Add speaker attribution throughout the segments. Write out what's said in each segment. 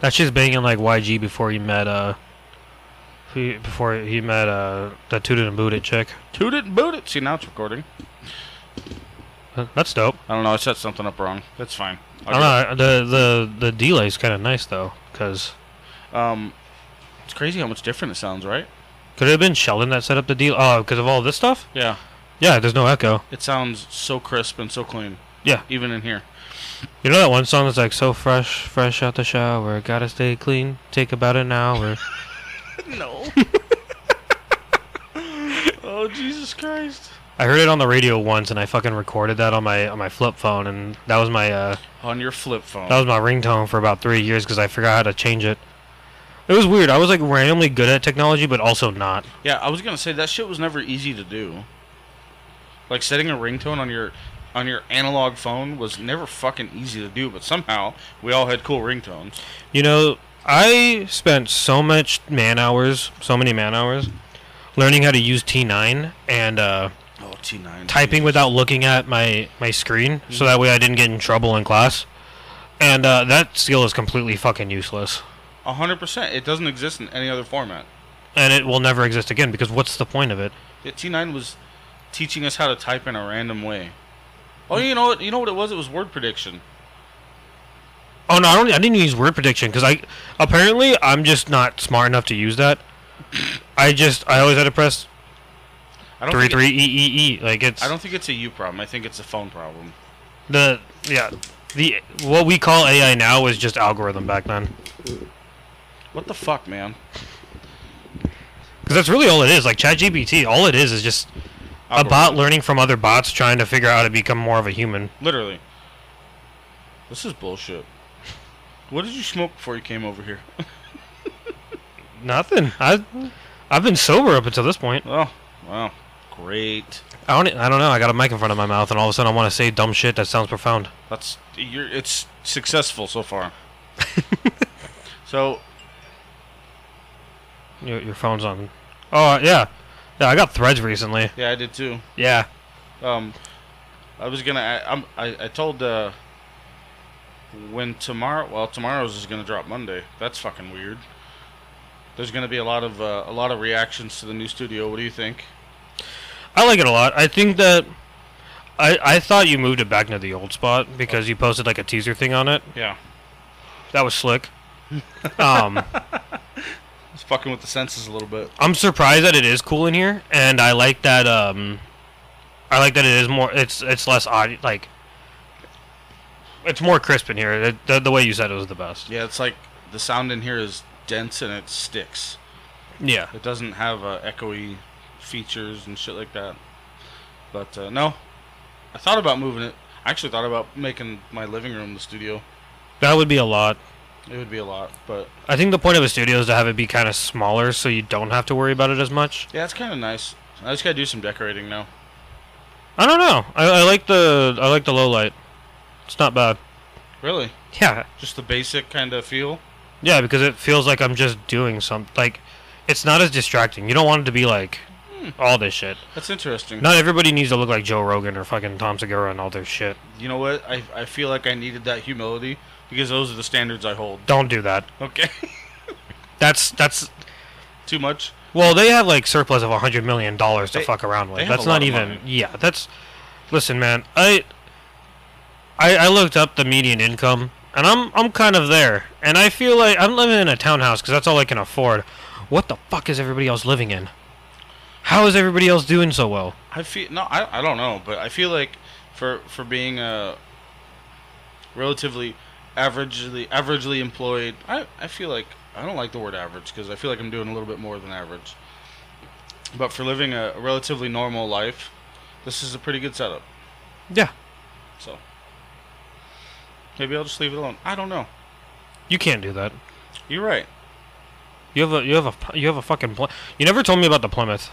Speaker 1: That's just banging like YG before he met uh, he, before he met uh that tooted and booted chick.
Speaker 2: Toot it and boot it. See, now it's recording.
Speaker 1: Huh, That's dope.
Speaker 2: I don't know. I set something up wrong. That's fine.
Speaker 1: I don't know. The the the delay's kind of nice though, because
Speaker 2: know. Um, it's crazy how much different it sounds, right?
Speaker 1: could it have been Sheldon that set up the deal? Oh, because of all this stuff.
Speaker 2: Yeah.
Speaker 1: Yeah, there's no echo.
Speaker 2: It sounds so crisp and so clean.
Speaker 1: Yeah.
Speaker 2: Even in here.
Speaker 1: You know that one song that's like so fresh, fresh out the shower, gotta stay clean, take about an hour.
Speaker 2: No. oh Jesus Christ.
Speaker 1: I heard it on the radio once, and I fucking recorded that on my on my flip phone, and that was my uh
Speaker 2: On your flip phone.
Speaker 1: that was my ringtone for about three years because I forgot how to change it. It was weird. I was like randomly good at technology, but also not.
Speaker 2: yeah, I was gonna say that shit was never easy to do. Like setting a ringtone on your on your analog phone was never fucking easy to do, but somehow we all had cool ringtones.
Speaker 1: You know, I spent so much man hours, so many man hours, learning how to use T9 and uh,
Speaker 2: Oh T nine.
Speaker 1: typing without looking at my my screen, so that way I didn't get in trouble in class. And uh, that skill is completely fucking useless,
Speaker 2: hundred percent. It doesn't exist in any other format.
Speaker 1: and it will never exist again because what's the point of it?
Speaker 2: Yeah, T nine was teaching us how to type in a random way. Oh, you know what? You know what it was? It was word prediction.
Speaker 1: Oh no, I don't. I didn't use word prediction because I apparently I'm just not smart enough to use that. I just I always had to press
Speaker 2: I don't
Speaker 1: three
Speaker 2: think it-
Speaker 1: three e e e. Like it's
Speaker 2: I don't think it's a you problem. I think it's a phone problem.
Speaker 1: the yeah the what we call AI now was just algorithm back then
Speaker 2: What the fuck, man?
Speaker 1: because that's really all it is. Like ChatGPT, all it is is just a bot learning from other bots trying to figure out how to become more of a human.
Speaker 2: Literally. This is bullshit. What did you smoke before you came over here?
Speaker 1: Nothing. I I've been sober up until this point.
Speaker 2: Oh, wow. Great.
Speaker 1: I don't e, I don't know. I got a mic in front of my mouth and all of a sudden I want to say dumb shit that sounds profound.
Speaker 2: That's you're it's successful so far. so,
Speaker 1: Your, your phone's on. Oh yeah, yeah. I got threads recently.
Speaker 2: yeah, I did too.
Speaker 1: Yeah.
Speaker 2: Um, I was gonna. I, I'm. I, I told. Uh, when tomorrow, well, tomorrow's is gonna drop Monday. That's fucking weird. There's gonna be a lot of uh, a lot of reactions to the new studio. What do you think?
Speaker 1: I like it a lot. I think that I I thought you moved it back into the old spot because you posted like a teaser thing on it.
Speaker 2: Yeah,
Speaker 1: That was slick. um,
Speaker 2: it's fucking with the senses a little bit.
Speaker 1: I'm surprised that it is cool in here, and I like that. Um, I like that it is more. It's it's less odd. Like, it's more crisp in here. It, the, the way you said it was the best.
Speaker 2: Yeah, it's like the sound in here is dense and it sticks.
Speaker 1: Yeah.
Speaker 2: It doesn't have uh, echoey features and shit like that. But uh, no, I thought about moving it. I actually thought about making my living room the studio.
Speaker 1: That would be a lot.
Speaker 2: It would be a lot, but
Speaker 1: I think the point of a studio is to have it be kind of smaller, so you don't have to worry about it as much.
Speaker 2: Yeah, it's kind of nice. I just gotta do some decorating now.
Speaker 1: I don't know. I, I like the I like the low light. It's not bad.
Speaker 2: Really,
Speaker 1: Yeah,
Speaker 2: just the basic kind of feel.
Speaker 1: yeah, because it feels like I'm just doing something. Like, it's not as distracting. You don't want it to be like all this shit.
Speaker 2: That's interesting.
Speaker 1: Not everybody needs to look like Joe Rogan or fucking Tom Segura and all their shit.
Speaker 2: You know what? I I feel like I needed that humility because those are the standards I hold.
Speaker 1: Don't do that.
Speaker 2: Okay,
Speaker 1: That's that's.
Speaker 2: too much.
Speaker 1: Well, they have like surplus of a hundred million dollars to
Speaker 2: They-
Speaker 1: fuck around with.
Speaker 2: they have
Speaker 1: That's
Speaker 2: a lot
Speaker 1: not
Speaker 2: of
Speaker 1: even.
Speaker 2: money.
Speaker 1: Yeah, that's. Listen, man, I, I I looked up the median income, and I'm I'm kind of there, and I feel like I'm living in a townhouse because that's all I can afford. What the fuck is everybody else living in? How is everybody else doing so well?
Speaker 2: I feel no. I I don't know, but I feel like for for being a relatively averagely averagely employed, I I feel like I don't like the word average because I feel like I'm doing a little bit more than average. But for living a relatively normal life, this is a pretty good setup.
Speaker 1: Yeah,
Speaker 2: So maybe I'll just leave it alone. I don't know.
Speaker 1: you can't do that.
Speaker 2: You're right.
Speaker 1: You have a you have a p- you have a fucking pl- you never told me about the Plymouth.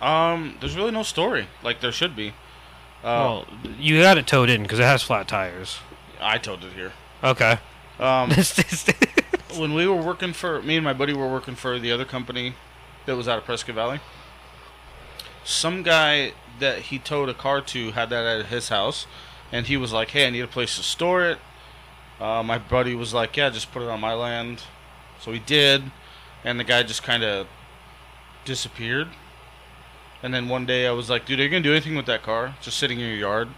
Speaker 2: Um, there's really no story like there should be. Uh,
Speaker 1: Well, you got it towed in because it has flat tires.
Speaker 2: I told it here.
Speaker 1: Okay.
Speaker 2: Um,
Speaker 1: yeah.
Speaker 2: when we were working for me and my buddy were working for the other company that was out of Prescott Valley. Some guy that he towed a car to had that at his house, and he was like, "Hey, I need a place to store it. Uh, my buddy was like, "Yeah, just put it on my land," so he did, and the guy just kind of disappeared. And then one day I was like, "Dude, are you gonna do anything with that car? Just sitting in your yard?"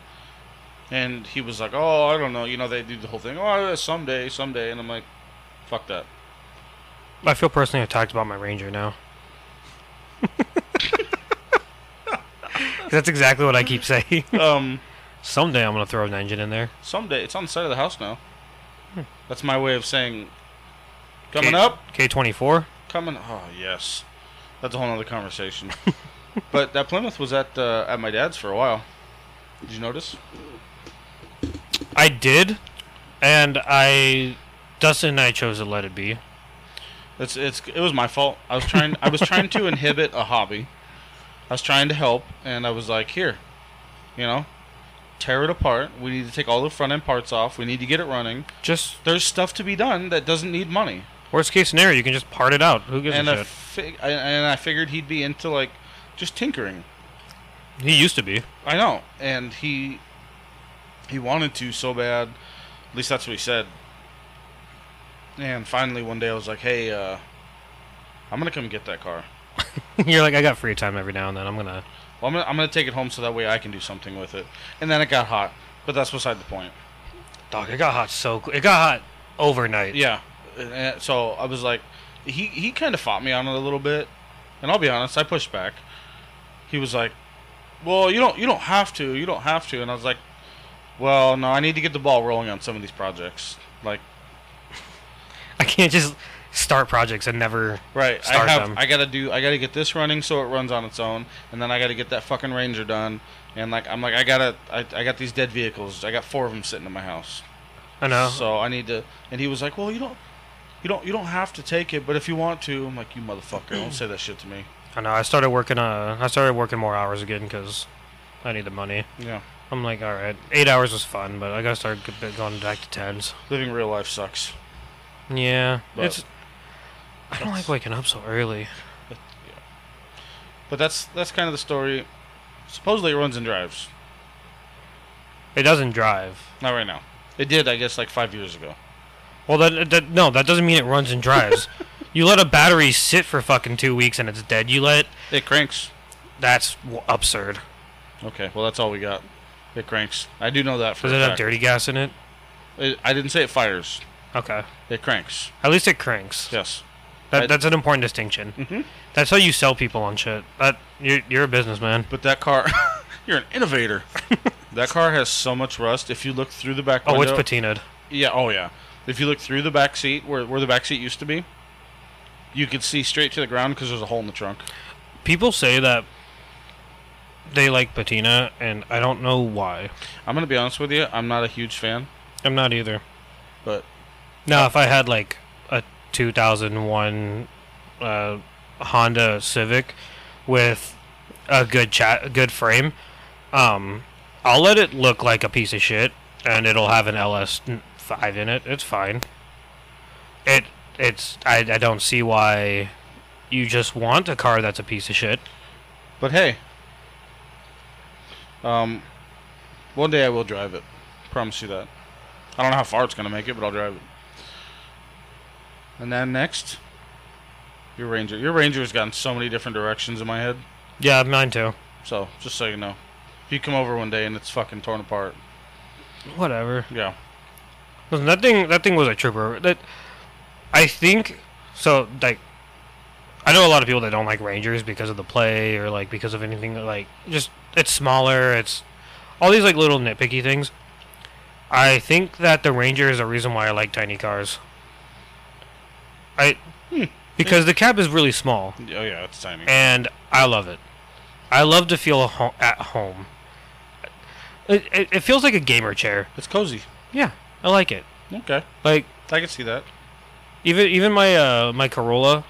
Speaker 2: And he was like, "Oh, I don't know. You know, they do the whole thing. Oh, someday, someday." And I'm like, "Fuck that."
Speaker 1: I feel personally attacked about my Ranger now. 'Cause That's exactly what I keep saying.
Speaker 2: um,
Speaker 1: Someday I'm gonna throw an engine in there.
Speaker 2: someday it's on the side of the house now. That's my way of saying, coming up.
Speaker 1: K24.
Speaker 2: coming. Oh yes, that's a whole other conversation. but that Plymouth was at uh, at my dad's for a while. Did you notice?
Speaker 1: I did, and I Dustin and I chose to let it be.
Speaker 2: It's it's it was my fault. I was trying I was trying to inhibit a hobby. I was trying to help, and I was like, here, you know, tear it apart. We need to take all the front end parts off. We need to get it running.
Speaker 1: Just
Speaker 2: There's stuff to be done that doesn't need money.
Speaker 1: worst case scenario, you can just part it out. Who gives
Speaker 2: And
Speaker 1: a
Speaker 2: I,
Speaker 1: shit?
Speaker 2: fig- I and I figured he'd be into like just tinkering.
Speaker 1: he used to be.
Speaker 2: I know, and he he wanted to so bad. At least that's what he said. And finally, one day I was like, "Hey, uh, I'm gonna come get that car.
Speaker 1: You're like, I got free time every now and then. I'm gonna.
Speaker 2: Well, I'm gonna, I'm gonna take it home so that way I can do something with it." And then it got hot, but that's beside the point.
Speaker 1: Dog, it got hot so. qu- It got hot overnight.
Speaker 2: Yeah. And- and so I was like, he he kind of fought me on it a little bit, and I'll be honest, I pushed back. He was like, "Well, you don't you don't have to, you don't have to," and I was like, "Well, no, I need to get the ball rolling on some of these projects. Like,
Speaker 1: I can't just start projects and never.
Speaker 2: right,
Speaker 1: Start
Speaker 2: I have
Speaker 1: them.
Speaker 2: I gotta do I gotta get this running so it runs on its own, and then I gotta get that fucking Ranger done, and like I'm like I gotta I, I got these dead vehicles, I got four of them sitting in my house.
Speaker 1: I know.
Speaker 2: So I need to. And he was like, "Well, you don't, you don't, you don't have to take it, but if you want to." I'm like, "You motherfucker, don't say that shit to me."
Speaker 1: I know. I started working. Uh, I started working more hours again because I need the money.
Speaker 2: Yeah,
Speaker 1: I'm like, all right, eight hours was fun, but I gotta start g- going back to tens.
Speaker 2: living real life sucks.
Speaker 1: Yeah,
Speaker 2: But-
Speaker 1: it's. I don't like waking up so early.
Speaker 2: But that's that's kind of the story. Supposedly it runs and drives.
Speaker 1: It doesn't drive.
Speaker 2: Not right now. It did, I guess, like five years ago.
Speaker 1: Well, that, that no, that doesn't mean it runs and drives. you let a battery sit for fucking two weeks and it's dead. You let
Speaker 2: It cranks.
Speaker 1: that's w- absurd.
Speaker 2: Okay, well that's all we got. It cranks. I do know that for
Speaker 1: Does
Speaker 2: a
Speaker 1: it have
Speaker 2: fact.
Speaker 1: dirty gas in it?
Speaker 2: It- I didn't say it fires.
Speaker 1: Okay,
Speaker 2: It cranks.
Speaker 1: at least it cranks.
Speaker 2: Yes.
Speaker 1: That,
Speaker 2: I-
Speaker 1: that's an important distinction.
Speaker 2: Mhm.
Speaker 1: That's how you sell people on shit. That you're, you're a businessman.
Speaker 2: But that car, you're an innovator. that car has so much rust. If you look through the back
Speaker 1: Oh,
Speaker 2: window,
Speaker 1: it's patinaed.
Speaker 2: Yeah, oh yeah. If you look through the back seat, where, where the back seat used to be, you could see straight to the ground because there's a hole in the trunk.
Speaker 1: People say that they like patina, and I don't know why.
Speaker 2: I'm gonna be honest with you, I'm not a huge fan,
Speaker 1: I'm not either.
Speaker 2: but
Speaker 1: Now, if I had like a 2001 uh, Honda Civic with a good chat, a good frame, um, I'll let it look like a piece of shit, and it'll have an LS5 in it. It's fine. It it's I, I don't see why you just want a car that's a piece of shit.
Speaker 2: but hey, um, one day I will drive it. Promise you that. I don't know how far it's gonna make it, but I'll drive it. And then next, your Ranger. Your Ranger has gotten so many different directions in my head.
Speaker 1: Yeah, mine too.
Speaker 2: So just so you know, if you come over one day and it's fucking torn apart,
Speaker 1: Whatever.
Speaker 2: yeah,
Speaker 1: Listen, that thing that thing was a trooper. That I think so like I know a lot of people that don't like Rangers because of the play or like because of anything that, like just it's smaller, it's all these like little nitpicky things. I think that the Ranger is a reason why I like tiny cars. I because the cab is really small
Speaker 2: oh yeah, it's tiny.
Speaker 1: and I love it. I love to feel ho- at home. It, it, it feels like a gamer chair.
Speaker 2: It's cozy.
Speaker 1: Yeah, I like it.
Speaker 2: Okay.
Speaker 1: Like
Speaker 2: I can see that.
Speaker 1: Even even my uh my Corolla,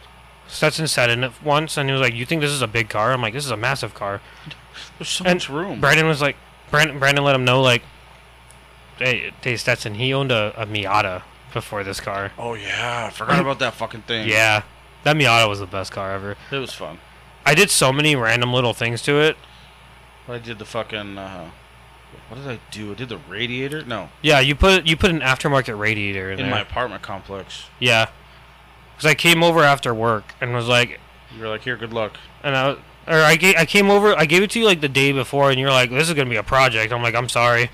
Speaker 1: Stetson sat in it once and he was like, "You think this is a big car?" I'm like, "This is a massive car."
Speaker 2: There's so
Speaker 1: And
Speaker 2: much room.
Speaker 1: Brandon was like, Brandon, Brandon let him know like, "Hey, hey Stetson, he owned a, a Miata before this car.
Speaker 2: oh yeah, I forgot about that fucking thing.
Speaker 1: Yeah, that Miata was the best car ever.
Speaker 2: it was fun.
Speaker 1: I did so many random little things to it.
Speaker 2: I did the fucking uh, What did I do? I did the radiator? No,
Speaker 1: Yeah, you put you put an aftermarket radiator in,
Speaker 2: in
Speaker 1: there.
Speaker 2: my apartment complex.
Speaker 1: yeah, because I came over after work and was like,
Speaker 2: You're like, here, good luck.
Speaker 1: and I or I gave, I came over I gave it to you like the day before and you're like this is gonna be a project I'm like I'm sorry,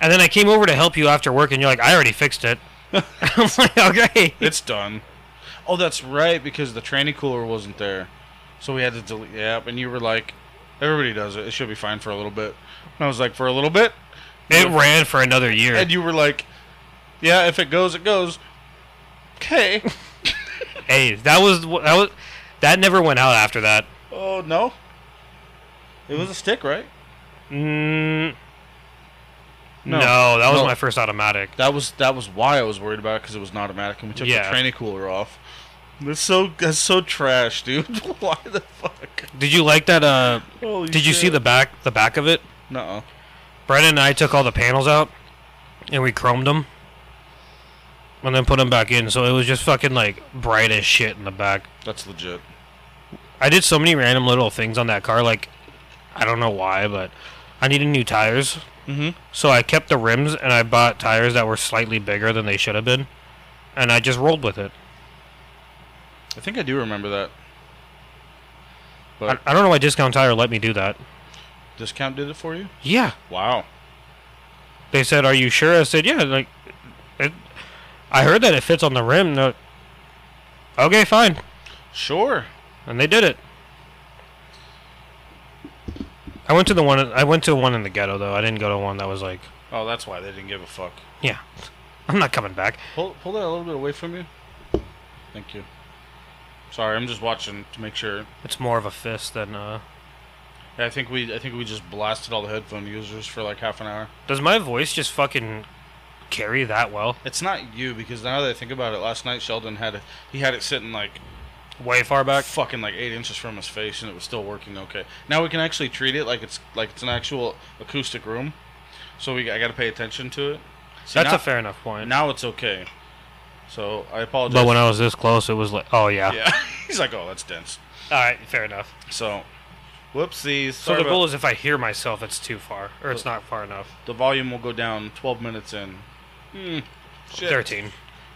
Speaker 1: and then I came over to help you after work and you're like I already fixed it. I'm like okay.
Speaker 2: It's done. Oh, that's right, because the tranny cooler wasn't there, so we had to delete. Yep, and you were like, everybody does it. It should be fine for a little bit. And I was like, for a little bit,
Speaker 1: It ran for another year.
Speaker 2: and you were like, yeah, if it goes, it goes. Okay.
Speaker 1: hey, that was that was that never went out after that.
Speaker 2: Oh no. It was a stick, right?
Speaker 1: Mm,
Speaker 2: No.
Speaker 1: no, that was
Speaker 2: No.
Speaker 1: my first automatic.
Speaker 2: That was that was why I was worried about it because it was an automatic, and we took
Speaker 1: Yeah.
Speaker 2: the tranny cooler off. That's so that's so trash, dude. why the fuck?
Speaker 1: Did you like that? Uh,
Speaker 2: Holy
Speaker 1: did you see the back the back of it?
Speaker 2: No.
Speaker 1: Brennan and I took all the panels out, and we chromed them, and then put them back in. So it was just fucking like bright as shit in the back.
Speaker 2: That's legit.
Speaker 1: I did so many random little things on that car. Like, I don't know why, but I needed new tires.
Speaker 2: Mm-hmm.
Speaker 1: So I kept the rims and I bought tires that were slightly bigger than they should have been, and I just rolled with it.
Speaker 2: I think I do remember that.
Speaker 1: I, I don't know why Discount Tire let me do that.
Speaker 2: Discount did it for you?
Speaker 1: Yeah,
Speaker 2: Wow.
Speaker 1: they said, "Are you sure?" I said, "Yeah." Like, it, I heard that it fits on the rim. They're- okay, fine,
Speaker 2: Sure.
Speaker 1: and they did it. I went to the one. I went to one in the ghetto though. I didn't go to one that was like,
Speaker 2: Oh, that's why they didn't give a fuck.
Speaker 1: "Yeah, I'm not coming back."
Speaker 2: Pull pull that a little bit away from you. Thank you. Sorry, I'm just watching to make sure.
Speaker 1: It's more of a fist than. uh...
Speaker 2: Yeah, I think we I think we just blasted all the headphone users for like half an hour.
Speaker 1: Does my voice just fucking carry that well?
Speaker 2: It's not you because now that I think about it, last night Sheldon had it, he had it sitting like
Speaker 1: Way far back.
Speaker 2: fucking like eight inches from his face, and it was still working okay. Now we can actually treat it like it's like it's an actual acoustic room, so we I got to pay attention to it. See,
Speaker 1: That's
Speaker 2: now,
Speaker 1: a fair enough point.
Speaker 2: Now it's okay. So I apologize.
Speaker 1: But when I was this close, it was like, "Oh yeah."
Speaker 2: yeah, he's like, oh, that's dense.
Speaker 1: All right, fair enough.
Speaker 2: So, whoopsies.
Speaker 1: So
Speaker 2: Sorry
Speaker 1: the
Speaker 2: about-
Speaker 1: goal is if I hear myself, it's too far, or it's not far enough.
Speaker 2: the volume will go down 12 minutes in. Hmm. shit.
Speaker 1: Thirteen.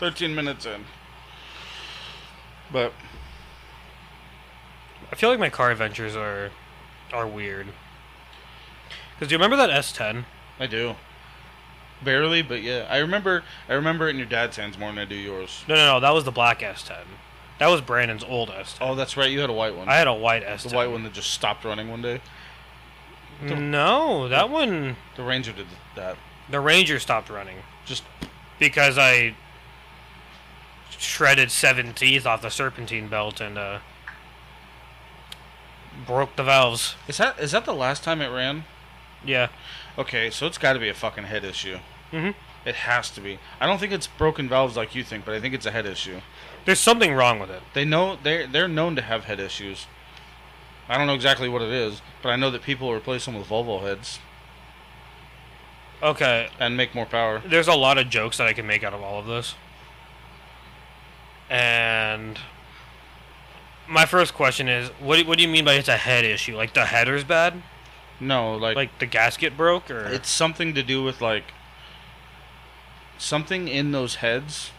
Speaker 2: 13 minutes in. But
Speaker 1: I feel like my car adventures are are weird. Cause do you remember that S10?
Speaker 2: I do. Barely, but yeah. I remember I remember it in your dad's hands more than I do yours.
Speaker 1: No, no, no. That was the black S10. That was Brandon's old S10.
Speaker 2: Oh, that's right. You had a white one.
Speaker 1: I had a white S10.
Speaker 2: the white one that just stopped running one day.
Speaker 1: No, that one.
Speaker 2: The Ranger did that.
Speaker 1: The Ranger stopped running
Speaker 2: Just
Speaker 1: because I shredded seven teeth off the serpentine belt and uh, broke the valves.
Speaker 2: is that is that the last time it ran?
Speaker 1: Yeah.
Speaker 2: Okay, so it's got to be a fucking head issue.
Speaker 1: Mhm.
Speaker 2: It has to be. I don't think it's broken valves like you think, but I think it's a head issue.
Speaker 1: There's something wrong with it.
Speaker 2: They know they they're known to have head issues. I don't know exactly what it is, but I know that people replace them with Volvo heads
Speaker 1: Okay,
Speaker 2: and make more power.
Speaker 1: there's a lot of jokes that I can make out of all of this. And my first question is, what do, what do you mean by it's a head issue? Like the header's bad?
Speaker 2: No, like,
Speaker 1: Like the gasket broke or
Speaker 2: it's something to do with like something in those heads,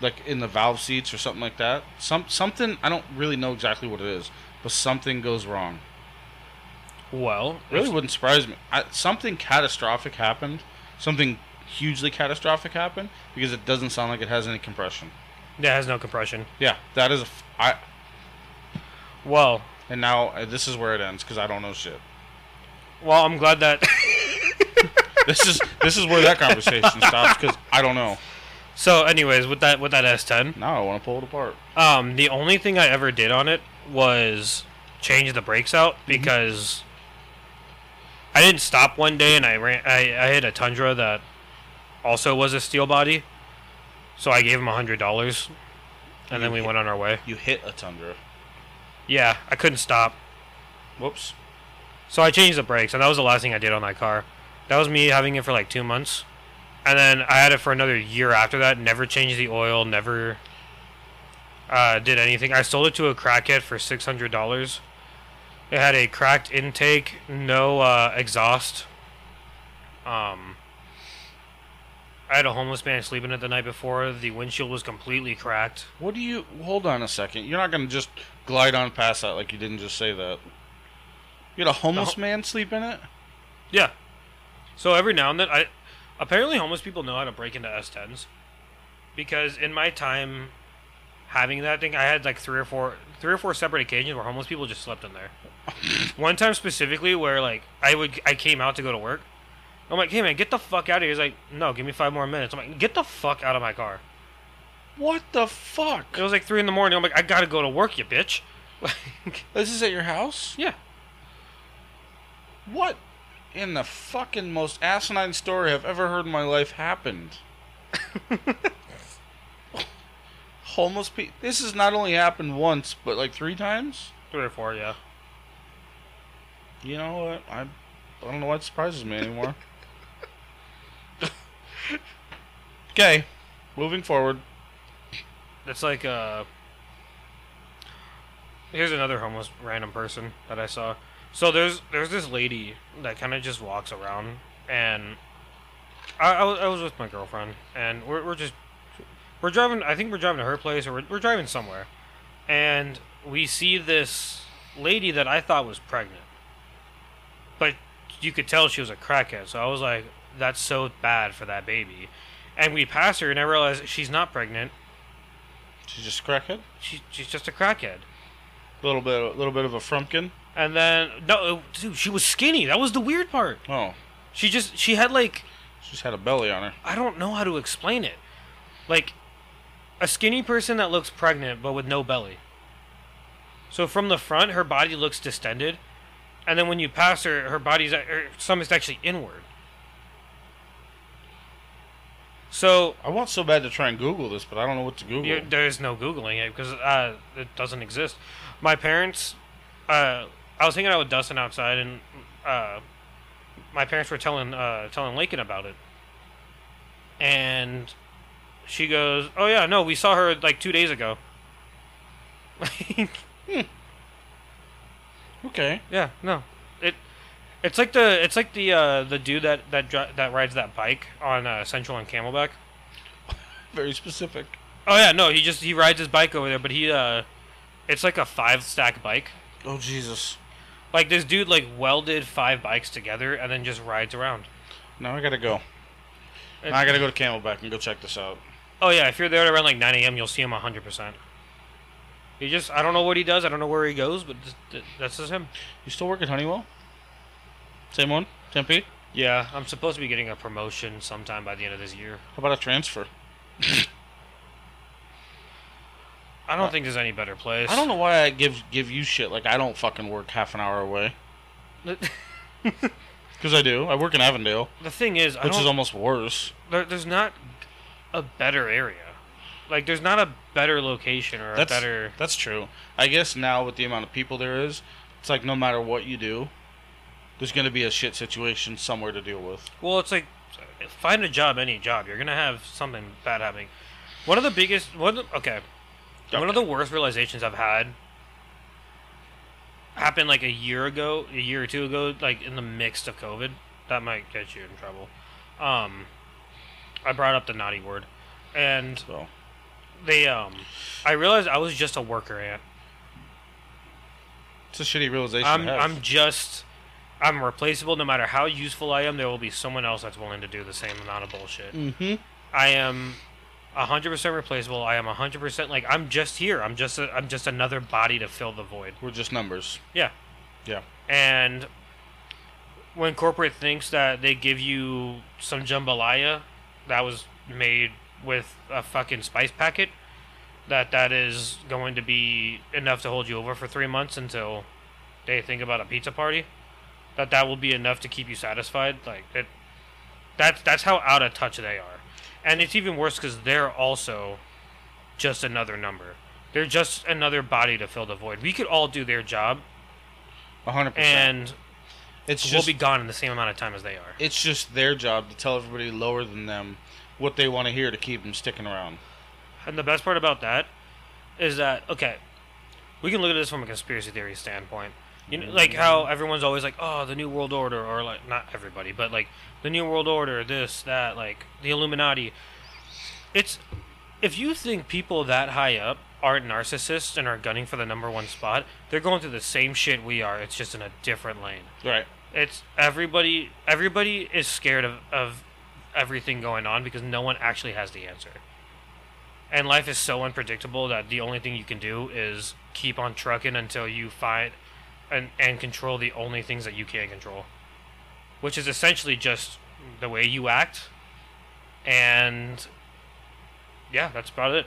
Speaker 2: like in the valve seats or something like that. Some something I don't really know exactly what it is, but something goes wrong.
Speaker 1: well,
Speaker 2: Really
Speaker 1: it's-
Speaker 2: wouldn't surprise me. I, something catastrophic happened. Something hugely catastrophic happened because it doesn't sound like it has any compression.
Speaker 1: it has no compression.
Speaker 2: Yeah, that is a f- I
Speaker 1: Well,
Speaker 2: And now uh, this is where it ends because I don't know shit.
Speaker 1: well, I'm glad that
Speaker 2: This is this is where that conversation stops because I don't know.
Speaker 1: So anyways, with that with that S10,
Speaker 2: Now I want to pull it apart.
Speaker 1: um the only thing I ever did on it was change the brakes out because I didn't stop one day and I ran I, I hit a Tundra that also was a steel body. So I gave him a hundred dollars and then we went on our way.
Speaker 2: You hit a tundra.
Speaker 1: Yeah, I couldn't stop.
Speaker 2: Whoops.
Speaker 1: So I changed the brakes and that was the last thing I did on that car. That was me having it for like two months. And then I had it for another year after that, never changed the oil, never uh, did anything. I sold it to a crackhead for six hundred dollars. It had a cracked intake, no uh, exhaust, Um, I had a homeless man sleeping it the night before. The windshield was completely cracked.
Speaker 2: What do you hold on a second? You're not gonna just glide on past that like you didn't just say that. You had a homeless man sleep in it?
Speaker 1: Yeah. So every now and then, I apparently homeless people know how to break into S10s because in my time having that thing, I had like three or four, three or four separate occasions where homeless people just slept in there. One time specifically where like I would, I came out to go to work. I'm like, hey man, get the fuck out of here. He's like, no, give me five more minutes. I'm like, get the fuck out of my car.
Speaker 2: What the fuck?
Speaker 1: It was like three in the morning. I'm like, I gotta go to work, you bitch. Like,
Speaker 2: This is at your house?
Speaker 1: yeah.
Speaker 2: What in the fucking most asinine story I've ever heard in my life happened? Homeless people. This has not only happened once, but like three times.
Speaker 1: Three or four, yeah.
Speaker 2: You know what? I, I don't know what surprises me anymore. okay, moving forward.
Speaker 1: It's like uh Here's another homeless random person that I saw. So there's there's this lady that kind of just walks around, and I, I, was, I was with my girlfriend, and we're, we're just we're driving. I think we're driving to her place, or we're, we're driving somewhere, and we see this lady that I thought was pregnant, but you could tell she was a crackhead. So I was like, "That's so bad for that baby," and we pass her, and I realize she's not pregnant.
Speaker 2: She's just a crackhead.
Speaker 1: She, she's just a crackhead.
Speaker 2: A little bit, a little bit of a frumpkin.
Speaker 1: And then no, uh, dude, she was skinny. That was the weird part.
Speaker 2: Oh,
Speaker 1: She just she had like
Speaker 2: she's had a belly on her.
Speaker 1: I don't know how to explain it, like a skinny person that looks pregnant but with no belly. So from the front, her body looks distended, and then when you pass her, her body's her stomach's actually inward. So
Speaker 2: I want so bad to try and Google this, but I don't know what to Google.
Speaker 1: Yeah, there's no googling it because uh, it doesn't exist. My parents, uh, I was hanging out with Dustin outside, and uh, my parents were telling uh, telling Lakin about it, and she goes, "Oh yeah, no, we saw her like two days ago."
Speaker 2: Okay.
Speaker 1: yeah, no, it it's like the it's like the uh, the dude that that dri- that rides that bike on uh, Central and Camelback.
Speaker 2: Very specific.
Speaker 1: Oh yeah, no, he just he rides his bike over there, but he uh, it's like a five stack bike.
Speaker 2: Oh Jesus.
Speaker 1: Like this dude like welded five bikes together and then just rides around.
Speaker 2: Now I gotta go. Now I gotta go to Camelback and go check this out.
Speaker 1: Oh yeah, if you're there around like 9 a.m., you'll see him 100. percent He just I don't know what he does. I don't know where he goes, but th- th- that's just him.
Speaker 2: You still work at Honeywell? Same one? Tempe?
Speaker 1: Yeah, I'm supposed to be getting a promotion sometime by the end of this year.
Speaker 2: How about a transfer?
Speaker 1: I don't think there's any better place.
Speaker 2: I don't know why I give give you shit like I don't fucking work half an hour away.
Speaker 1: know.
Speaker 2: Because I do. I work in Avondale,
Speaker 1: The thing is, I
Speaker 2: which
Speaker 1: don't,
Speaker 2: is almost worse.
Speaker 1: there, there's not a better area. Like there's not a better location or a
Speaker 2: That's
Speaker 1: better.
Speaker 2: That's true. I guess now with the amount of people there is, it's like no matter what you do, there's gonna be a shit situation somewhere to deal with.
Speaker 1: Well, it's like find a job, any job. You're gonna have something bad happening. One of the biggest one. Okay, one of the worst realizations I've had happened like a year ago, a year or two ago, like in the midst of COVID. That might get you in trouble. Um, I brought up the naughty word, and
Speaker 2: So
Speaker 1: they um, I realized I was just a worker ant.
Speaker 2: it's a shitty realization. to
Speaker 1: I'm
Speaker 2: have.
Speaker 1: I'm just I'm replaceable. No matter how useful I am, there will be someone else that's willing to do the same amount of bullshit.
Speaker 2: Mhm.
Speaker 1: I am 100% replaceable. I am 100% like I'm just here. I'm just a, I'm just another body to fill the void.
Speaker 2: We're just numbers.
Speaker 1: Yeah.
Speaker 2: Yeah.
Speaker 1: And when corporate thinks that they give you some jambalaya that was made with a fucking spice packet, that that is going to be enough to hold you over for three months until they think about a pizza party, that that will be enough to keep you satisfied. Like it, that's that's how out of touch they are, and it's even worse because they're also just another number. They're just another body to fill the void. We could all do their job,
Speaker 2: A hundred percent.
Speaker 1: and
Speaker 2: It's just
Speaker 1: we'll be gone in the same amount of time as they are.
Speaker 2: it's just their job to tell everybody lower than them what they want to hear to keep them sticking around.
Speaker 1: And the best part about that is that okay, we can look at this from a conspiracy theory standpoint. You know, like how everyone's always like, "Oh, the New World Order," or like not everybody, but like the New World Order, this, that, like the Illuminati. It's if you think people that high up aren't narcissists and are gunning for the number one spot, they're going through the same shit we are. It's just in a different lane.
Speaker 2: Right.
Speaker 1: It's everybody. Everybody is scared of of everything going on because no one actually has the answer. And life is so unpredictable that the only thing you can do is keep on trucking until you find and and control the only things that you can control, which is essentially just the way you act. And yeah, that's about it.